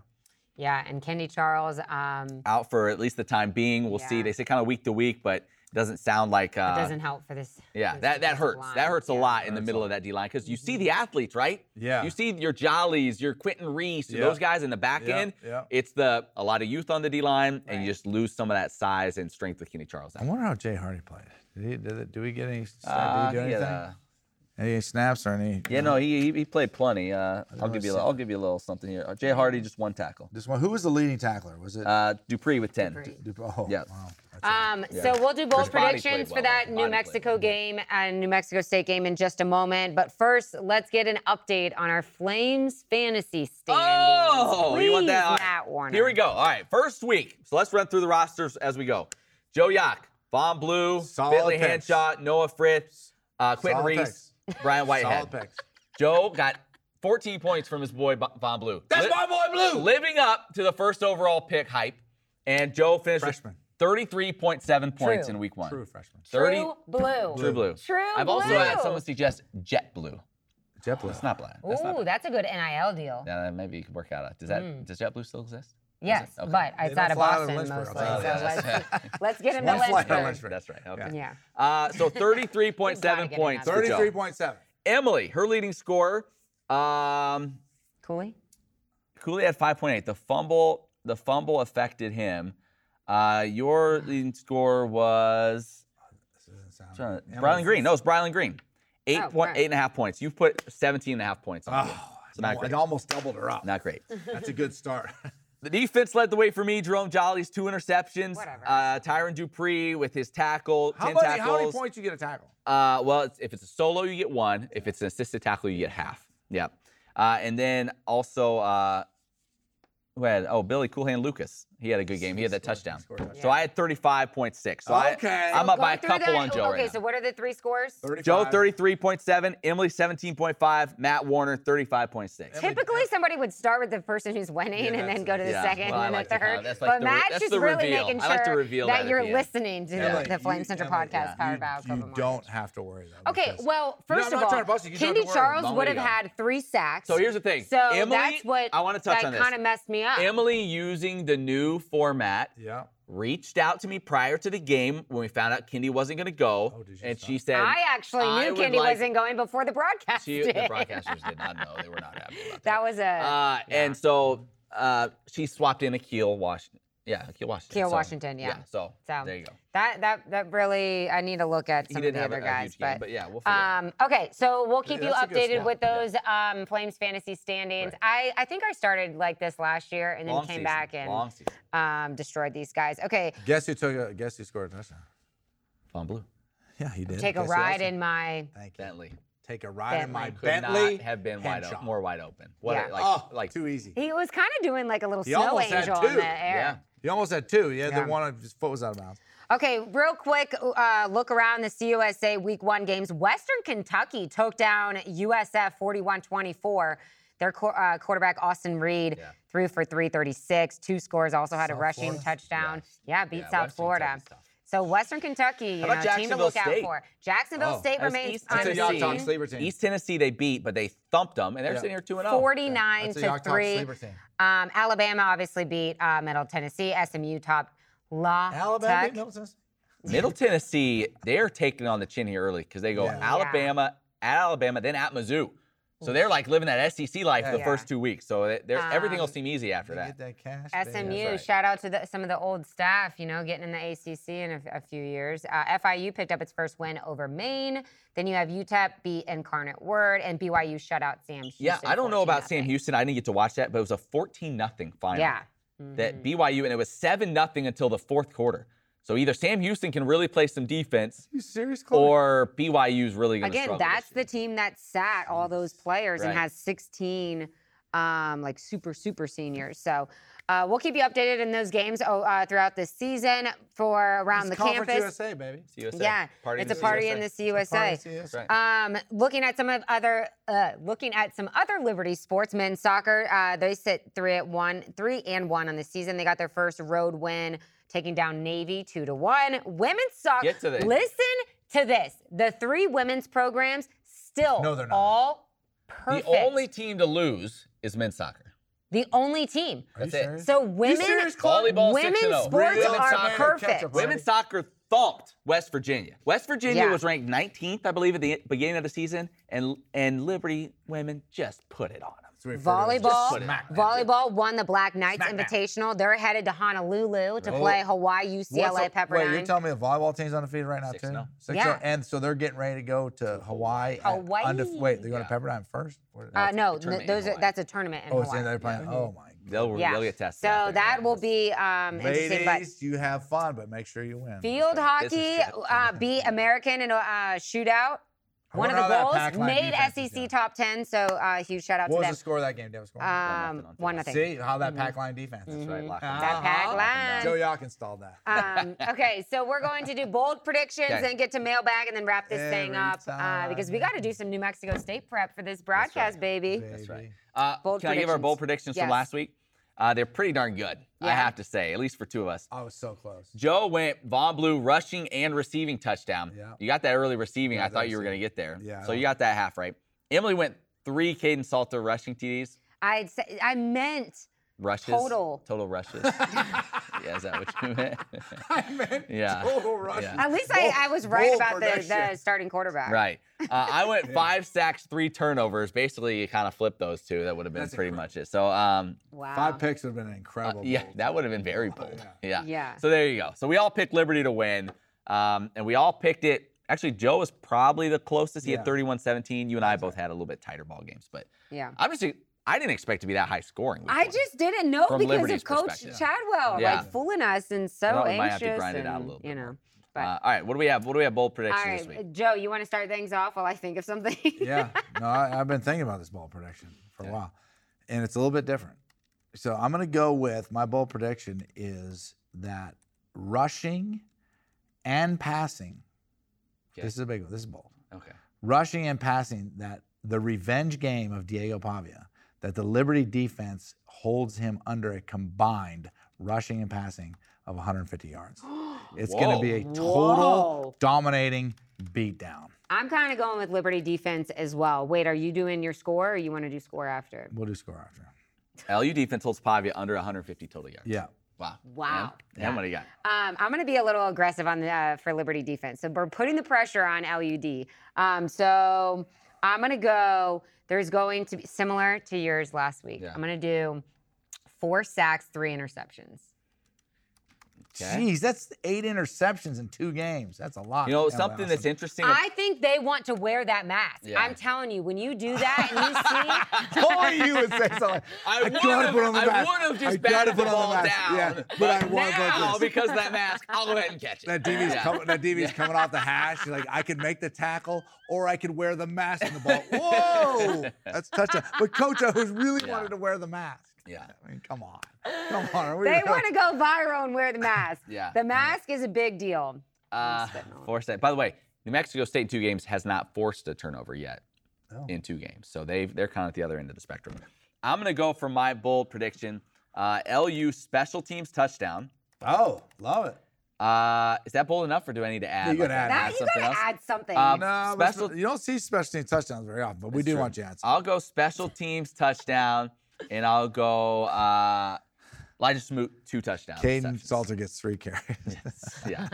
Speaker 2: yeah, and Kenny Charles, um,
Speaker 3: Out for at least the time being, we'll see.
Speaker 2: Yeah.
Speaker 3: They say kind of week to week, but it doesn't sound like uh,
Speaker 2: doesn't help for this.
Speaker 3: Yeah,
Speaker 2: this
Speaker 3: that, that
Speaker 2: defensive
Speaker 3: hurts.
Speaker 2: line.
Speaker 3: That hurts a
Speaker 2: Yeah.
Speaker 3: lot in the middle of that D line because you see the athletes, right?
Speaker 4: Yeah.
Speaker 3: You see your Jollies, your Quentin Reese,
Speaker 4: Yeah.
Speaker 3: those guys in the back
Speaker 4: Yeah,
Speaker 3: end.
Speaker 4: yeah.
Speaker 3: It's the a lot of youth on the D line, and
Speaker 2: Right.
Speaker 3: you just lose some of that size and strength with Kenny Charles.
Speaker 4: I wonder how Jay Hardy played. Did he? Did it, do we get any?
Speaker 3: Uh,
Speaker 4: did he do
Speaker 3: he had
Speaker 4: anything?
Speaker 3: a-
Speaker 4: any snaps or any?
Speaker 3: yeah, no, he, he- he played plenty. Uh, I'll give you a, I'll give you a little something here. Uh, Jay Hardy just one tackle.
Speaker 4: This one. Who was the leading tackler? Was it?
Speaker 3: Uh, Dupree with ten.
Speaker 4: Du- oh,
Speaker 3: yeah.
Speaker 4: Wow. That's
Speaker 2: Um, So we'll do bold
Speaker 3: Chris Bondy
Speaker 2: predictions
Speaker 3: played
Speaker 2: for
Speaker 3: well,
Speaker 2: that
Speaker 3: though.
Speaker 2: New
Speaker 3: Bondy
Speaker 2: Mexico
Speaker 3: played well.
Speaker 2: game and New Mexico State game in just a moment. But first, let's get an update on our Flames fantasy standings.
Speaker 3: Oh,
Speaker 2: Please,
Speaker 3: you want that? All right.
Speaker 2: Matt Warner.
Speaker 3: Here we go. All right, first week. So let's run through the rosters as we go. Joe Yock, Von Blue,
Speaker 4: Solid
Speaker 3: Bentley
Speaker 4: picks.
Speaker 3: Handshot, Noah Fritz, uh, Quentin
Speaker 4: Solid
Speaker 3: Reese, Brian
Speaker 4: Solid
Speaker 3: Whitehead.
Speaker 4: picks.
Speaker 3: Joe got 14 points from his boy Bo- Von Blue.
Speaker 4: That's
Speaker 3: Li-
Speaker 4: my boy Blue.
Speaker 3: Living up to the first overall pick hype, and Joe finished with
Speaker 4: Freshman.
Speaker 3: 33.7 points
Speaker 2: True.
Speaker 3: in week one.
Speaker 4: True freshman.
Speaker 3: 30,
Speaker 2: True blue.
Speaker 3: True blue.
Speaker 2: True
Speaker 3: I've also
Speaker 2: blue.
Speaker 3: had someone suggest jet blue.
Speaker 4: JetBlue.
Speaker 3: It's not black. That's not
Speaker 2: Ooh,
Speaker 3: black.
Speaker 2: that's a good NIL deal.
Speaker 3: Yeah, that maybe you could work out. a- Does that does JetBlue still exist?
Speaker 2: Hmm. Yes,
Speaker 3: Okay.
Speaker 2: but it's
Speaker 4: don't
Speaker 2: out of
Speaker 4: fly out of
Speaker 2: Boston
Speaker 4: Lynchburg,
Speaker 2: mostly.
Speaker 4: I'll
Speaker 2: So
Speaker 4: tell you
Speaker 2: let's,
Speaker 3: *laughs*
Speaker 2: let's get him to
Speaker 4: One flight out
Speaker 2: Lynchburg.
Speaker 4: of Lynchburg.
Speaker 3: That's right. Okay.
Speaker 2: Yeah.
Speaker 3: Uh,
Speaker 2: *laughs*
Speaker 3: so 33.7
Speaker 2: get another.
Speaker 3: points. for Joe.
Speaker 4: Thirty-three point seven.
Speaker 3: Emily, her leading scorer, um,
Speaker 2: Cooley?
Speaker 3: Cooley had 5.8. The fumble, the fumble affected him. Uh, your leading scorer was trying to- Brylan Green. No, it's Brylan Green. Eight
Speaker 2: Oh,
Speaker 3: point
Speaker 2: right.
Speaker 3: eight and a half points. You've put 17 and a half points on the game.
Speaker 4: Oh,
Speaker 3: So not
Speaker 4: no,
Speaker 3: great.
Speaker 4: it almost doubled her up.
Speaker 2: *laughs*
Speaker 3: Not great.
Speaker 4: That's a
Speaker 3: *laughs*
Speaker 4: good start.
Speaker 3: The defense led the way for me. Jerome Jolly's two interceptions.
Speaker 2: Whatever.
Speaker 3: Uh, Tyron Dupree with his tackle,
Speaker 4: how,
Speaker 3: ten
Speaker 4: many,
Speaker 3: tackles.
Speaker 4: how many points you get a tackle?
Speaker 3: Uh, well, it's, if it's a solo, you get one. If it's an assisted tackle, you get half. Yep. Uh, and then also, uh, who had? Oh, Billy Coolhand Lucas. He had a good game. He had that touchdown.
Speaker 4: scored a touchdown.
Speaker 3: So I had 35.6. So I,
Speaker 4: Okay.
Speaker 3: I'm up by a
Speaker 2: Go through
Speaker 3: couple
Speaker 2: the-
Speaker 3: on Joe
Speaker 2: Okay,
Speaker 3: right
Speaker 2: so
Speaker 3: now.
Speaker 2: what are the three scores?
Speaker 4: 35.
Speaker 3: Joe 33.7, Emily 17.5, Matt Warner 35.6.
Speaker 2: Typically, somebody would start with the person who's winning
Speaker 4: Yeah,
Speaker 2: and then
Speaker 4: that's-
Speaker 2: go to the
Speaker 3: yeah,
Speaker 2: second
Speaker 3: well, I
Speaker 2: and
Speaker 3: like
Speaker 2: the
Speaker 3: to-
Speaker 2: third.
Speaker 3: that's like
Speaker 2: but
Speaker 3: the re-
Speaker 2: Matt's
Speaker 3: that's
Speaker 2: just
Speaker 3: the
Speaker 2: really
Speaker 3: reveal.
Speaker 2: making
Speaker 3: I like to
Speaker 2: sure
Speaker 3: reveal that
Speaker 2: that,
Speaker 3: at
Speaker 2: you're
Speaker 3: the end.
Speaker 2: listening to
Speaker 4: Emily,
Speaker 2: the, the Flame
Speaker 4: you-
Speaker 2: Central
Speaker 4: Emily,
Speaker 2: podcast
Speaker 4: yeah,
Speaker 2: powered by
Speaker 4: you,
Speaker 2: Alcoa
Speaker 4: you
Speaker 2: Mortgage.
Speaker 4: don't have to worry though.
Speaker 2: Okay,
Speaker 4: because-
Speaker 2: well,
Speaker 4: No, I'm
Speaker 2: first
Speaker 4: not trying to
Speaker 2: of all,
Speaker 4: bust you. You don't have
Speaker 2: Kendi
Speaker 4: to worry.
Speaker 2: Charles
Speaker 3: Long
Speaker 2: would
Speaker 3: way
Speaker 2: have
Speaker 3: to
Speaker 2: had three sacks.
Speaker 3: So here's the thing.
Speaker 2: So
Speaker 3: Emily-
Speaker 2: that's what
Speaker 3: I wanna touch
Speaker 2: that
Speaker 3: on this.
Speaker 2: kind of messed me up.
Speaker 3: Emily using the new format
Speaker 4: Yeah.
Speaker 3: reached out to me prior to the game when we found out Kendi wasn't going to go,
Speaker 4: Oh, did she
Speaker 3: and she
Speaker 4: stop?
Speaker 3: said,
Speaker 2: I actually knew
Speaker 3: I would
Speaker 2: Kendi
Speaker 3: like-
Speaker 2: wasn't going before the broadcast. *laughs*
Speaker 3: she,
Speaker 2: did.
Speaker 3: the broadcasters did not know. They were not happy about that.
Speaker 2: that was a
Speaker 3: Uh, And so uh, she swapped in Akil Washington. Yeah, Akil Washington.
Speaker 2: Akil
Speaker 3: So,
Speaker 2: Washington, yeah.
Speaker 3: So,
Speaker 2: So,
Speaker 3: there you go.
Speaker 2: that that that really I need to look at
Speaker 3: He
Speaker 2: some of
Speaker 3: didn't
Speaker 2: the
Speaker 3: have
Speaker 2: other
Speaker 3: a, a
Speaker 2: guys,
Speaker 3: huge game, but, yeah, we'll figure it out.
Speaker 2: Um, okay, so we'll keep
Speaker 4: Yeah,
Speaker 2: you
Speaker 4: that's a good
Speaker 2: updated
Speaker 4: stat.
Speaker 2: with those um, Flames fantasy standings. I, I think I started like this last year and then
Speaker 3: Long
Speaker 2: came
Speaker 3: season,
Speaker 2: back
Speaker 3: long
Speaker 2: and
Speaker 3: season.
Speaker 2: um, destroyed these guys. Okay,
Speaker 4: Guess who took? A, guess who scored a touchdown?
Speaker 3: Von Blue.
Speaker 4: Yeah, he did.
Speaker 2: take a
Speaker 4: Guess who
Speaker 2: ride
Speaker 4: else?
Speaker 2: in my.
Speaker 4: Thank you.
Speaker 3: Bentley.
Speaker 4: Take a ride in my
Speaker 3: Could
Speaker 4: Bentley.
Speaker 3: not have been wide
Speaker 4: Henshaw.
Speaker 3: open, more wide open. What
Speaker 2: Yeah.
Speaker 3: a, like
Speaker 4: oh,
Speaker 3: like
Speaker 4: too easy.
Speaker 2: He was kind of doing like a little
Speaker 4: He
Speaker 2: snow
Speaker 4: almost had
Speaker 2: angel in
Speaker 4: two.
Speaker 2: the air.
Speaker 3: yeah.
Speaker 4: He almost had two. Yeah,
Speaker 2: Yeah.
Speaker 4: the one of his foot was out of bounds.
Speaker 2: Okay, real quick uh, look around the CUSA Week One games. Western Kentucky took down USF 41-24. Their qu- uh, quarterback Austin Reed
Speaker 3: Yeah.
Speaker 2: threw for 336, two scores. Also had a
Speaker 4: South
Speaker 2: rushing
Speaker 4: Florida?
Speaker 2: touchdown. Yeah, beat
Speaker 3: Yeah,
Speaker 2: South
Speaker 3: Western
Speaker 2: Florida.
Speaker 3: Kentucky stuff.
Speaker 2: So Western Kentucky, you know,
Speaker 3: about
Speaker 2: team to
Speaker 3: Jacksonville
Speaker 2: look out
Speaker 3: State?
Speaker 2: for. Jacksonville
Speaker 4: Oh,
Speaker 2: State
Speaker 3: That was
Speaker 2: remains
Speaker 3: East
Speaker 4: That's a
Speaker 3: Tennessee.
Speaker 4: Yacht Talk
Speaker 2: unbeaten.
Speaker 4: sleeper team.
Speaker 3: East Tennessee they beat, but they thumped them, and they're
Speaker 4: Yeah.
Speaker 3: sitting here two and oh. zero.
Speaker 2: 49
Speaker 4: That's a
Speaker 2: to
Speaker 4: Yacht Talk
Speaker 2: 3.
Speaker 4: sleeper team.
Speaker 2: Um, Alabama obviously beat uh, Middle Tennessee. SMU top La
Speaker 4: Alabama.
Speaker 2: Tech.
Speaker 4: beat Middle Tennessee?
Speaker 3: Middle Tennessee they're taking on the chin here early because they go
Speaker 4: Yeah.
Speaker 2: Yeah.
Speaker 3: Alabama, at Alabama, then at Mizzou. So they're like living that SEC life the
Speaker 2: Yeah.
Speaker 3: first two weeks. So they- they're, everything
Speaker 2: Um,
Speaker 3: will seem easy after
Speaker 4: They
Speaker 3: that.
Speaker 4: Get that cash. baby.
Speaker 2: SMU,
Speaker 3: right.
Speaker 2: shout out to the, some of the old staff, you know, getting in the ACC in a, a few years. Uh, FIU picked up its first win over Maine. Then you have UTEP beat Incarnate Word, and BYU shut out Sam Houston.
Speaker 3: Yeah, I don't know about Sam
Speaker 2: 14-0.
Speaker 3: Houston. I didn't get to watch that, but it was a 14 nothing final.
Speaker 2: Yeah. Mm-hmm.
Speaker 3: That BYU, and it was 7 nothing until the fourth quarter. So either Sam Houston can really play some defense,
Speaker 4: You serious, Chloe?
Speaker 3: or BYU's really going to
Speaker 2: Again,
Speaker 3: struggle.
Speaker 2: that's
Speaker 3: this
Speaker 2: the team that sat all those players and
Speaker 3: Right.
Speaker 2: has 16 um, like super, super seniors. So uh, we'll keep you updated in those games oh, uh, throughout the season for around
Speaker 4: It's
Speaker 2: the
Speaker 4: Conference
Speaker 2: campus.
Speaker 4: USA, baby.
Speaker 3: year. CUSA.
Speaker 2: Yeah,
Speaker 3: Party in
Speaker 2: it's a
Speaker 3: the
Speaker 2: party
Speaker 3: CUSA.
Speaker 2: in the
Speaker 4: It's a
Speaker 2: CUSA.
Speaker 4: party CUSA.
Speaker 3: Right.
Speaker 2: Um, looking at some of other, uh, looking at some other Liberty sports, men's soccer, uh, they sit three at one, three and one on the season. They got their first road win, taking down Navy two to one. Women's soccer.
Speaker 3: Get to this.
Speaker 2: Listen to this: the three women's programs still
Speaker 4: No, they're not.
Speaker 2: all perfect.
Speaker 3: The only team to lose is men's soccer.
Speaker 2: the only team.
Speaker 4: Are you
Speaker 3: That's it.
Speaker 4: serious?
Speaker 2: So women,
Speaker 4: serious, Chloe?
Speaker 3: Volleyball oh.
Speaker 2: women's
Speaker 3: 6-0.
Speaker 2: sports
Speaker 4: Really?
Speaker 2: are
Speaker 4: Catch up,
Speaker 2: perfect.
Speaker 4: buddy.
Speaker 3: Women's soccer thumped West Virginia. West Virginia
Speaker 2: Yeah.
Speaker 3: was ranked 19th, I believe, at the beginning of the season, and and Liberty women just put it on them.
Speaker 4: That's what we refer to as just
Speaker 2: Volleyball,
Speaker 4: smack.
Speaker 2: volleyball won the Black Knights Invitational. They're headed to Honolulu to play Hawaii
Speaker 4: What's
Speaker 2: UCLA
Speaker 4: up- Wait, you're
Speaker 2: Pepperdine.
Speaker 4: telling me the volleyball team's undefeated right now
Speaker 3: Six
Speaker 4: too?
Speaker 3: and oh.
Speaker 4: Six
Speaker 2: Yeah.
Speaker 4: oh, and so they're getting ready to go to Hawaii. at
Speaker 2: Hawaii.
Speaker 4: undef- wait, they're going to
Speaker 3: Yeah.
Speaker 4: Pepperdine first? Or-
Speaker 2: uh, no,
Speaker 3: a tournament
Speaker 2: th- those
Speaker 3: in
Speaker 2: are,
Speaker 3: Hawaii.
Speaker 2: that's a tournament in
Speaker 4: oh, it's the
Speaker 2: Hawaii.
Speaker 4: end of their plan. Oh my god.
Speaker 3: They'll,
Speaker 2: Yeah.
Speaker 3: they'll get tested.
Speaker 2: So
Speaker 3: out there.
Speaker 2: that will be um, interesting. But
Speaker 4: Ladies, you have fun, but make sure you win.
Speaker 2: field
Speaker 3: This is
Speaker 2: hockey
Speaker 3: good.
Speaker 2: uh, beat American in a uh, shootout.
Speaker 4: I
Speaker 2: One
Speaker 4: wonder
Speaker 2: of
Speaker 4: how
Speaker 2: the
Speaker 4: that
Speaker 2: goals
Speaker 4: pack line
Speaker 2: made
Speaker 4: defense is
Speaker 2: SEC
Speaker 4: doing.
Speaker 2: top ten. So uh, huge shout out
Speaker 4: What was
Speaker 2: to
Speaker 4: the score of that game? Did score?
Speaker 2: them.
Speaker 3: nothing
Speaker 2: Um,
Speaker 3: on
Speaker 2: one
Speaker 3: Tennessee.
Speaker 2: nothing.
Speaker 4: See how that pack line defense.
Speaker 3: That's
Speaker 4: is.
Speaker 3: right. lock it
Speaker 4: Uh-huh.
Speaker 3: down.
Speaker 2: Mm-hmm. That pack
Speaker 3: Lock it
Speaker 2: line.
Speaker 3: down.
Speaker 4: Joe Yock installed that.
Speaker 3: *laughs*
Speaker 2: Um, okay, so we're going to do bold predictions
Speaker 3: Okay.
Speaker 2: and get to mailbag and then wrap this thing
Speaker 4: Every
Speaker 2: up uh,
Speaker 4: time.
Speaker 2: because we got to do some New Mexico State prep for this broadcast, baby.
Speaker 4: That's
Speaker 3: right. Uh,
Speaker 2: Bold
Speaker 3: can I give our bold
Speaker 2: predictions.
Speaker 3: predictions
Speaker 2: Yes.
Speaker 3: from last week? Uh, they're pretty darn good, I
Speaker 2: Yeah.
Speaker 3: have to say, at least for two of us.
Speaker 4: I was so close. *laughs*
Speaker 3: Joe went Von Blue rushing and receiving touchdown.
Speaker 4: Yeah.
Speaker 3: You got that early receiving.
Speaker 4: Yeah,
Speaker 3: I thought
Speaker 4: that's
Speaker 3: you were
Speaker 4: it.
Speaker 3: going to get there.
Speaker 4: Yeah, I
Speaker 3: So you
Speaker 4: know.
Speaker 3: got that half right. Emily went three Caden Salter rushing TDs.
Speaker 2: I'd say, I meant
Speaker 3: Rushes.
Speaker 2: Total. *laughs*
Speaker 3: Total rushes. yeah, is that what you meant?
Speaker 4: I meant
Speaker 3: Yeah.
Speaker 4: total rush.
Speaker 3: Yeah.
Speaker 2: at least I, I was right
Speaker 4: bold
Speaker 2: about the, the
Speaker 4: prediction.
Speaker 2: starting quarterback.
Speaker 3: right. Uh, I went five sacks, three turnovers. Basically, you kind of flipped those two. That would have been
Speaker 4: That's
Speaker 3: pretty
Speaker 4: incredible.
Speaker 3: much it. So, um,
Speaker 2: Wow.
Speaker 4: Five picks would have been an
Speaker 3: uh,
Speaker 4: incredible.
Speaker 3: yeah,
Speaker 4: bowl.
Speaker 3: that would have been very bold. Yeah.
Speaker 2: Yeah.
Speaker 3: So there you go. So we all picked Liberty to win, um, and we all picked it. Actually, Joe was probably the closest. He
Speaker 4: Yeah.
Speaker 3: had 31-17. You and I both had a little bit tighter ball games, but
Speaker 2: Yeah.
Speaker 3: I'm just. I didn't expect to be that high scoring. week
Speaker 2: I
Speaker 3: one.
Speaker 2: just didn't know
Speaker 3: From
Speaker 2: because
Speaker 3: Liberty's
Speaker 2: of Coach
Speaker 3: perspective.
Speaker 2: Chadwell,
Speaker 3: Yeah.
Speaker 2: like fooling us and so
Speaker 3: I thought we might
Speaker 2: anxious.
Speaker 3: have to grind it
Speaker 2: and,
Speaker 3: out a little bit
Speaker 2: You know.
Speaker 3: more.
Speaker 2: But
Speaker 3: Uh, all right, what do we have? What do we have bold predictions
Speaker 2: all right,
Speaker 3: this week?
Speaker 2: Joe, you want to start things off while I think of something?
Speaker 3: *laughs*
Speaker 4: yeah. No, I, I've been thinking about this ball prediction for a while, and it's a little bit different. So I'm going to go with my bold prediction is that rushing and passing.
Speaker 3: Okay.
Speaker 4: This is a big one. This is bold.
Speaker 3: Okay.
Speaker 4: Rushing and passing that the revenge game of Diego Pavia that the Liberty defense holds him under a combined rushing and passing of 150
Speaker 3: *gasps*
Speaker 4: yards. It's going to
Speaker 3: Whoa.
Speaker 4: be a total
Speaker 2: Whoa.
Speaker 4: dominating beatdown.
Speaker 2: *laughs* I'm kind of going with Liberty defense as well. Wait, are you doing your score or you want to do score after?
Speaker 4: We'll do score after.
Speaker 3: LU defense holds Pavia under 150 total yards.
Speaker 4: Yeah.
Speaker 3: Wow.
Speaker 2: Wow.
Speaker 3: Damn, Damn, what do you got?
Speaker 2: Um, I'm going to be a little aggressive on the, uh, for Liberty defense. So we're putting the pressure on LUD. Um, so I'm going to go. There's going to be similar to yours last week.
Speaker 3: Yeah.
Speaker 2: I'm going to do four sacks, three interceptions.
Speaker 3: Okay.
Speaker 4: Jeez, that's eight interceptions in two games. That's a lot.
Speaker 3: You know,
Speaker 4: Yeah,
Speaker 3: something
Speaker 4: well,
Speaker 3: that's interesting.
Speaker 2: I think they want to wear that mask.
Speaker 3: Yeah.
Speaker 2: I'm telling you, when you do that and you see
Speaker 3: *laughs*
Speaker 4: *laughs* Only you would say something.
Speaker 3: I
Speaker 4: I gotta
Speaker 3: would've-
Speaker 4: put on the
Speaker 3: I
Speaker 4: mask.
Speaker 3: would've just
Speaker 4: I gotta
Speaker 3: batted the
Speaker 4: put on
Speaker 3: ball
Speaker 4: the mask.
Speaker 3: down.
Speaker 4: Yeah, but I won't go
Speaker 3: now,
Speaker 4: this.
Speaker 3: because of
Speaker 4: *laughs*
Speaker 3: that mask, I'll go ahead and catch it.
Speaker 4: That DB's
Speaker 3: Yeah.
Speaker 4: coming. That DB's coming off the hash. He's like, I could make the tackle, or I could wear the mask in
Speaker 3: *laughs*
Speaker 4: the ball. Whoa, that's touchdown. But coach, I was really
Speaker 3: Yeah.
Speaker 4: wanted to wear the mask.
Speaker 3: Yeah.
Speaker 4: I mean, come on, come on. Are we
Speaker 2: they
Speaker 4: really-
Speaker 2: want to go viral and wear the mask.
Speaker 3: Yeah.
Speaker 2: The mask is a big deal.
Speaker 3: Uh,
Speaker 2: spitting on it.
Speaker 3: forced that. By the way, New Mexico State two games has not forced a turnover yet
Speaker 4: Oh.
Speaker 3: in two games, so they they're kind of at the other end of the spectrum. I'm gonna go for my bold prediction: uh, LU special teams touchdown.
Speaker 4: Oh, love it.
Speaker 3: Uh, is that bold enough, or do I need to add?
Speaker 4: You gotta
Speaker 3: that?
Speaker 4: add
Speaker 2: That, you gotta add something. *laughs*
Speaker 3: Um,
Speaker 4: No,
Speaker 3: Special-
Speaker 4: special, you don't see special team touchdowns very often, but we
Speaker 3: That's
Speaker 4: do
Speaker 3: true.
Speaker 4: want Jansen.
Speaker 3: I'll go special teams touchdown, and I'll go uh, Elijah Smoot two touchdowns.
Speaker 4: Caden
Speaker 3: receptions.
Speaker 4: Salter gets three carries.
Speaker 3: *laughs* Yeah,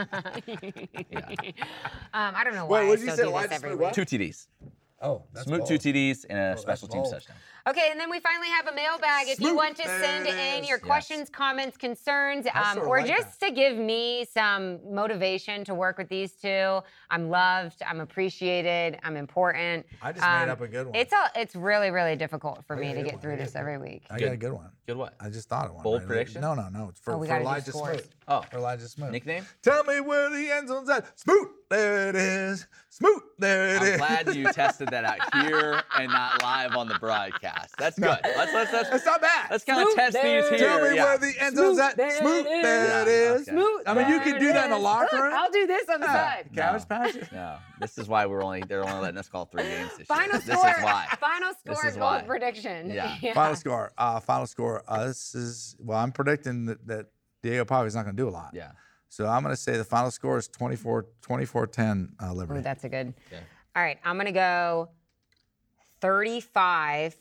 Speaker 2: Um, I don't know
Speaker 4: Wait,
Speaker 2: why I
Speaker 4: what did you
Speaker 2: still
Speaker 4: say?
Speaker 2: do
Speaker 4: Why
Speaker 2: this
Speaker 4: did
Speaker 2: every
Speaker 4: you say
Speaker 2: week.
Speaker 4: what?
Speaker 3: two
Speaker 4: *laughs*
Speaker 3: TDs.
Speaker 4: *laughs* oh, that's
Speaker 3: Smoot two TDs and a special teams
Speaker 4: bold.
Speaker 3: touchdown.
Speaker 2: Okay, and then we finally have a mailbag. If you
Speaker 4: Smoot
Speaker 2: want to send
Speaker 4: this.
Speaker 2: in your
Speaker 4: Yes.
Speaker 2: questions, comments, concerns, um,
Speaker 4: sorta
Speaker 2: or
Speaker 4: like
Speaker 2: just to give me some motivation to work with these two, I'm loved, I'm appreciated, I'm important. Um,
Speaker 4: I just made up a good one. Oh,
Speaker 2: It's a, it's really, really difficult for me
Speaker 4: got
Speaker 2: to
Speaker 4: a good
Speaker 2: get
Speaker 4: one.
Speaker 2: through
Speaker 4: I got a
Speaker 2: this
Speaker 4: good
Speaker 2: every week.
Speaker 4: I got a good one.
Speaker 3: Good what?
Speaker 4: I just thought of one.
Speaker 3: Bold
Speaker 4: right?
Speaker 3: prediction?
Speaker 4: No, no, no. It's for,
Speaker 2: Oh, we
Speaker 4: for
Speaker 2: gotta do
Speaker 4: Elijah
Speaker 2: scores.
Speaker 4: Smoot.
Speaker 3: Oh.
Speaker 4: For Elijah Smoot.
Speaker 3: Nickname?
Speaker 4: Tell me where the end zone's at. Smoot, there it is. Smoot, there it is.
Speaker 3: I'm
Speaker 4: *laughs*
Speaker 3: glad you tested that out here and not live on the broadcast. That's good. Let's let's
Speaker 4: That's
Speaker 3: let's,
Speaker 4: not bad.
Speaker 3: let's kind of
Speaker 2: Snoop
Speaker 3: test these here.
Speaker 4: Tell me
Speaker 3: yeah.
Speaker 4: where the end zone's at.
Speaker 2: there
Speaker 4: Smoot,
Speaker 2: it
Speaker 4: there it
Speaker 3: is.
Speaker 4: is.
Speaker 3: Yeah, okay.
Speaker 4: I mean, you
Speaker 2: There
Speaker 4: could do
Speaker 2: it
Speaker 4: that in the
Speaker 2: is. *laughs*
Speaker 4: locker
Speaker 2: Look,
Speaker 4: room. Ah,
Speaker 2: I'll do this on the side.
Speaker 4: Cabbage patch.
Speaker 3: No, this is why we're only they're only letting us call three games this year.
Speaker 2: Final
Speaker 3: This
Speaker 2: score.
Speaker 3: is why.
Speaker 2: Final
Speaker 3: This
Speaker 2: score
Speaker 3: is
Speaker 2: goal
Speaker 3: why.
Speaker 2: prediction. *laughs*
Speaker 3: Yeah.
Speaker 4: Final score. Uh, final score. Uh, this is well. I'm predicting that, that Diego Pavi's not going to do a lot.
Speaker 3: Yeah.
Speaker 4: So I'm going to say the final score is 24, 24-10 uh, Liberty.
Speaker 2: Ooh, that's a good.
Speaker 3: Okay.
Speaker 2: All right, I'm gonna go 35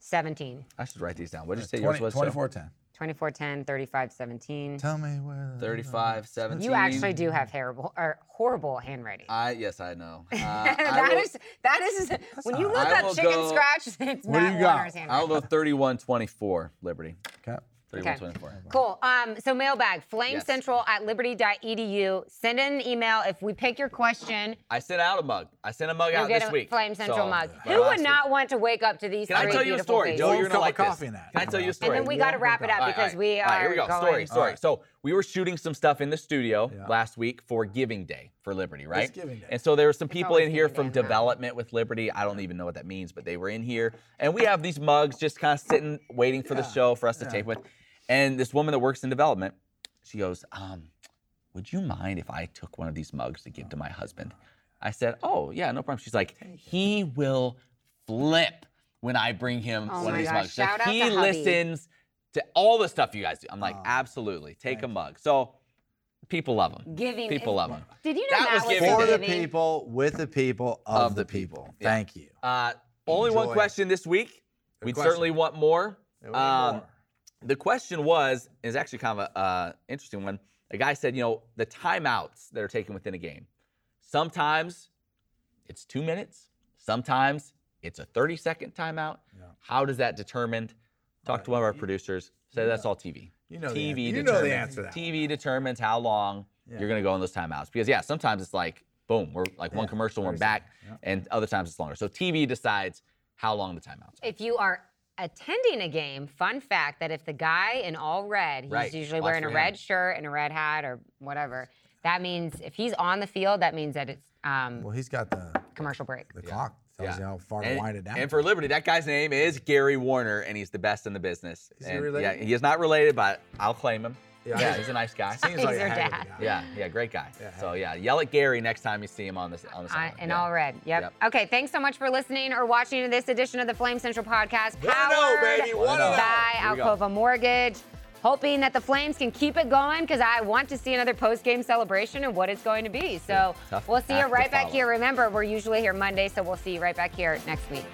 Speaker 2: 17.
Speaker 3: I should write these down. What did you say
Speaker 4: 20,
Speaker 3: yours was?
Speaker 4: 24-10.
Speaker 2: 24 10, 35 17.
Speaker 4: Tell me where. the-
Speaker 3: 35, 17.
Speaker 2: You actually do have terrible or horrible handwriting.
Speaker 3: I yes, I know.
Speaker 2: *laughs*
Speaker 3: Uh,
Speaker 2: That
Speaker 3: I will,
Speaker 2: is that is when you look
Speaker 3: I
Speaker 2: up
Speaker 3: will
Speaker 2: chicken
Speaker 3: go-
Speaker 2: scratch, *laughs* it's
Speaker 4: What do
Speaker 2: Matt
Speaker 4: you got?
Speaker 2: Warner's handwriting.
Speaker 3: I'll go 31-24 Liberty.
Speaker 4: Okay.
Speaker 3: 31-24.
Speaker 2: Cool. Um, so mailbag,
Speaker 3: Yes.
Speaker 2: flamecentral at liberty.edu. Send in an email if we pick your question.
Speaker 3: I sent out a mug. I sent a mug
Speaker 2: You'll
Speaker 3: out
Speaker 2: get
Speaker 3: this
Speaker 2: a
Speaker 3: week.
Speaker 2: Flame Central
Speaker 3: so-
Speaker 2: mug.
Speaker 3: but
Speaker 2: Who
Speaker 3: last
Speaker 2: would
Speaker 3: week.
Speaker 2: not want to wake up to these
Speaker 3: Can I
Speaker 2: three
Speaker 3: tell you a
Speaker 2: beautiful
Speaker 3: story?
Speaker 2: faces?
Speaker 3: Joe,
Speaker 4: Warm
Speaker 3: you're gonna
Speaker 4: cup of
Speaker 3: like this.
Speaker 4: coffee in that.
Speaker 3: Can I tell you a
Speaker 4: And
Speaker 3: story?
Speaker 2: And then we got to wrap it up
Speaker 3: All right,
Speaker 2: because
Speaker 3: all
Speaker 2: we
Speaker 3: right.
Speaker 2: are
Speaker 3: All right, here we go.
Speaker 2: going.
Speaker 3: Story, story.
Speaker 4: right.
Speaker 3: So we were shooting some stuff in the studio
Speaker 4: Yeah.
Speaker 3: last week for Giving Day for Liberty, right?
Speaker 4: Giving Day.
Speaker 3: And so there were some people
Speaker 2: always
Speaker 3: in here
Speaker 2: Giving Day
Speaker 3: from
Speaker 2: in the mountain.
Speaker 3: Development with Liberty. I don't even know what that means, but they were in here, and we have these mugs just kind of sitting, waiting for the
Speaker 4: Yeah,
Speaker 3: show for us to
Speaker 4: yeah.
Speaker 3: tape with. And this woman that works in Development, she goes, um, "Would you mind if I took one of these mugs to give to my husband?" I said, "Oh yeah, no problem." She's like, "He will flip." When I bring him one
Speaker 2: Oh
Speaker 3: of
Speaker 2: my
Speaker 3: these
Speaker 2: gosh,
Speaker 3: mugs, So
Speaker 2: shout out
Speaker 3: he
Speaker 2: to hubby.
Speaker 3: listens to all the stuff you guys do. I'm like,
Speaker 4: Oh,
Speaker 3: absolutely, take a mug. So people love them.
Speaker 2: Giving
Speaker 3: people
Speaker 2: is-
Speaker 3: love them.
Speaker 2: Did you know
Speaker 3: That
Speaker 2: Matt
Speaker 3: was
Speaker 2: was,
Speaker 3: Giving
Speaker 4: For
Speaker 3: Day.
Speaker 4: the
Speaker 2: giving?
Speaker 4: people, with the people, of, the people.
Speaker 3: Yeah.
Speaker 4: Thank you.
Speaker 3: Uh, only one
Speaker 4: Enjoy.
Speaker 3: question this week. We'd
Speaker 4: question.
Speaker 3: certainly want more.
Speaker 4: There we
Speaker 3: Um,
Speaker 4: are.
Speaker 3: The question was is actually kind of a uh, interesting one. A guy said, you know, the timeouts that are taken within a game. Sometimes it's two minutes. Sometimes it's a 30 second timeout. How does that determine? Talk to one of our producers. Say that's all TV.
Speaker 4: Uh, You know the
Speaker 3: TV
Speaker 4: answer- you know the
Speaker 3: determines,
Speaker 4: answer to that
Speaker 3: TV determines how long you're going to go in those timeouts because yeah, sometimes it's like boom, we're like one commercial, we're back, and other times it's longer. So TV decides how long the timeouts. Are.
Speaker 2: If you are attending a game, fun fact that if the guy in all red, he's
Speaker 3: Right,
Speaker 2: usually
Speaker 3: watch
Speaker 2: wearing
Speaker 3: for
Speaker 2: a
Speaker 3: him.
Speaker 2: red shirt and a red hat or whatever. That means if he's on the field, that means that it's um,
Speaker 4: Well, he's got the,
Speaker 2: commercial break.
Speaker 4: the clock. Tells
Speaker 3: Yeah.
Speaker 4: you how far
Speaker 3: And,
Speaker 4: to wind it down.
Speaker 3: and for Liberty, that guy's name is Gary Warner, and he's the best in the business.
Speaker 4: Is he
Speaker 3: And,
Speaker 4: related?
Speaker 3: Yeah, he is not related, but I'll claim him. Yeah,
Speaker 4: Yeah.
Speaker 3: he's a nice
Speaker 2: *laughs*
Speaker 3: guy.
Speaker 4: Seems like
Speaker 2: He's
Speaker 4: a
Speaker 2: your
Speaker 4: heck of a
Speaker 2: dad.
Speaker 4: guy.
Speaker 3: yeah, yeah, great guy. so yeah, yell at Gary next time you see him on this on the
Speaker 2: I,
Speaker 3: sideline.
Speaker 2: and
Speaker 3: yeah.
Speaker 2: all red. Yep.
Speaker 3: Yep.
Speaker 2: Okay. Thanks so much for listening or watching to this edition of the Flame Central podcast,
Speaker 4: One and oh,
Speaker 2: powered
Speaker 4: baby,
Speaker 3: one and oh.
Speaker 2: by
Speaker 3: Here we go.
Speaker 2: Alcova Mortgage. Hoping that the Flames can keep it going because I want to see another post-game celebration and what it's going to be. So
Speaker 3: tough
Speaker 2: we'll see you
Speaker 3: act to
Speaker 2: right back
Speaker 3: follow.
Speaker 2: here. Remember, we're usually here Monday, so we'll see you right back here next week.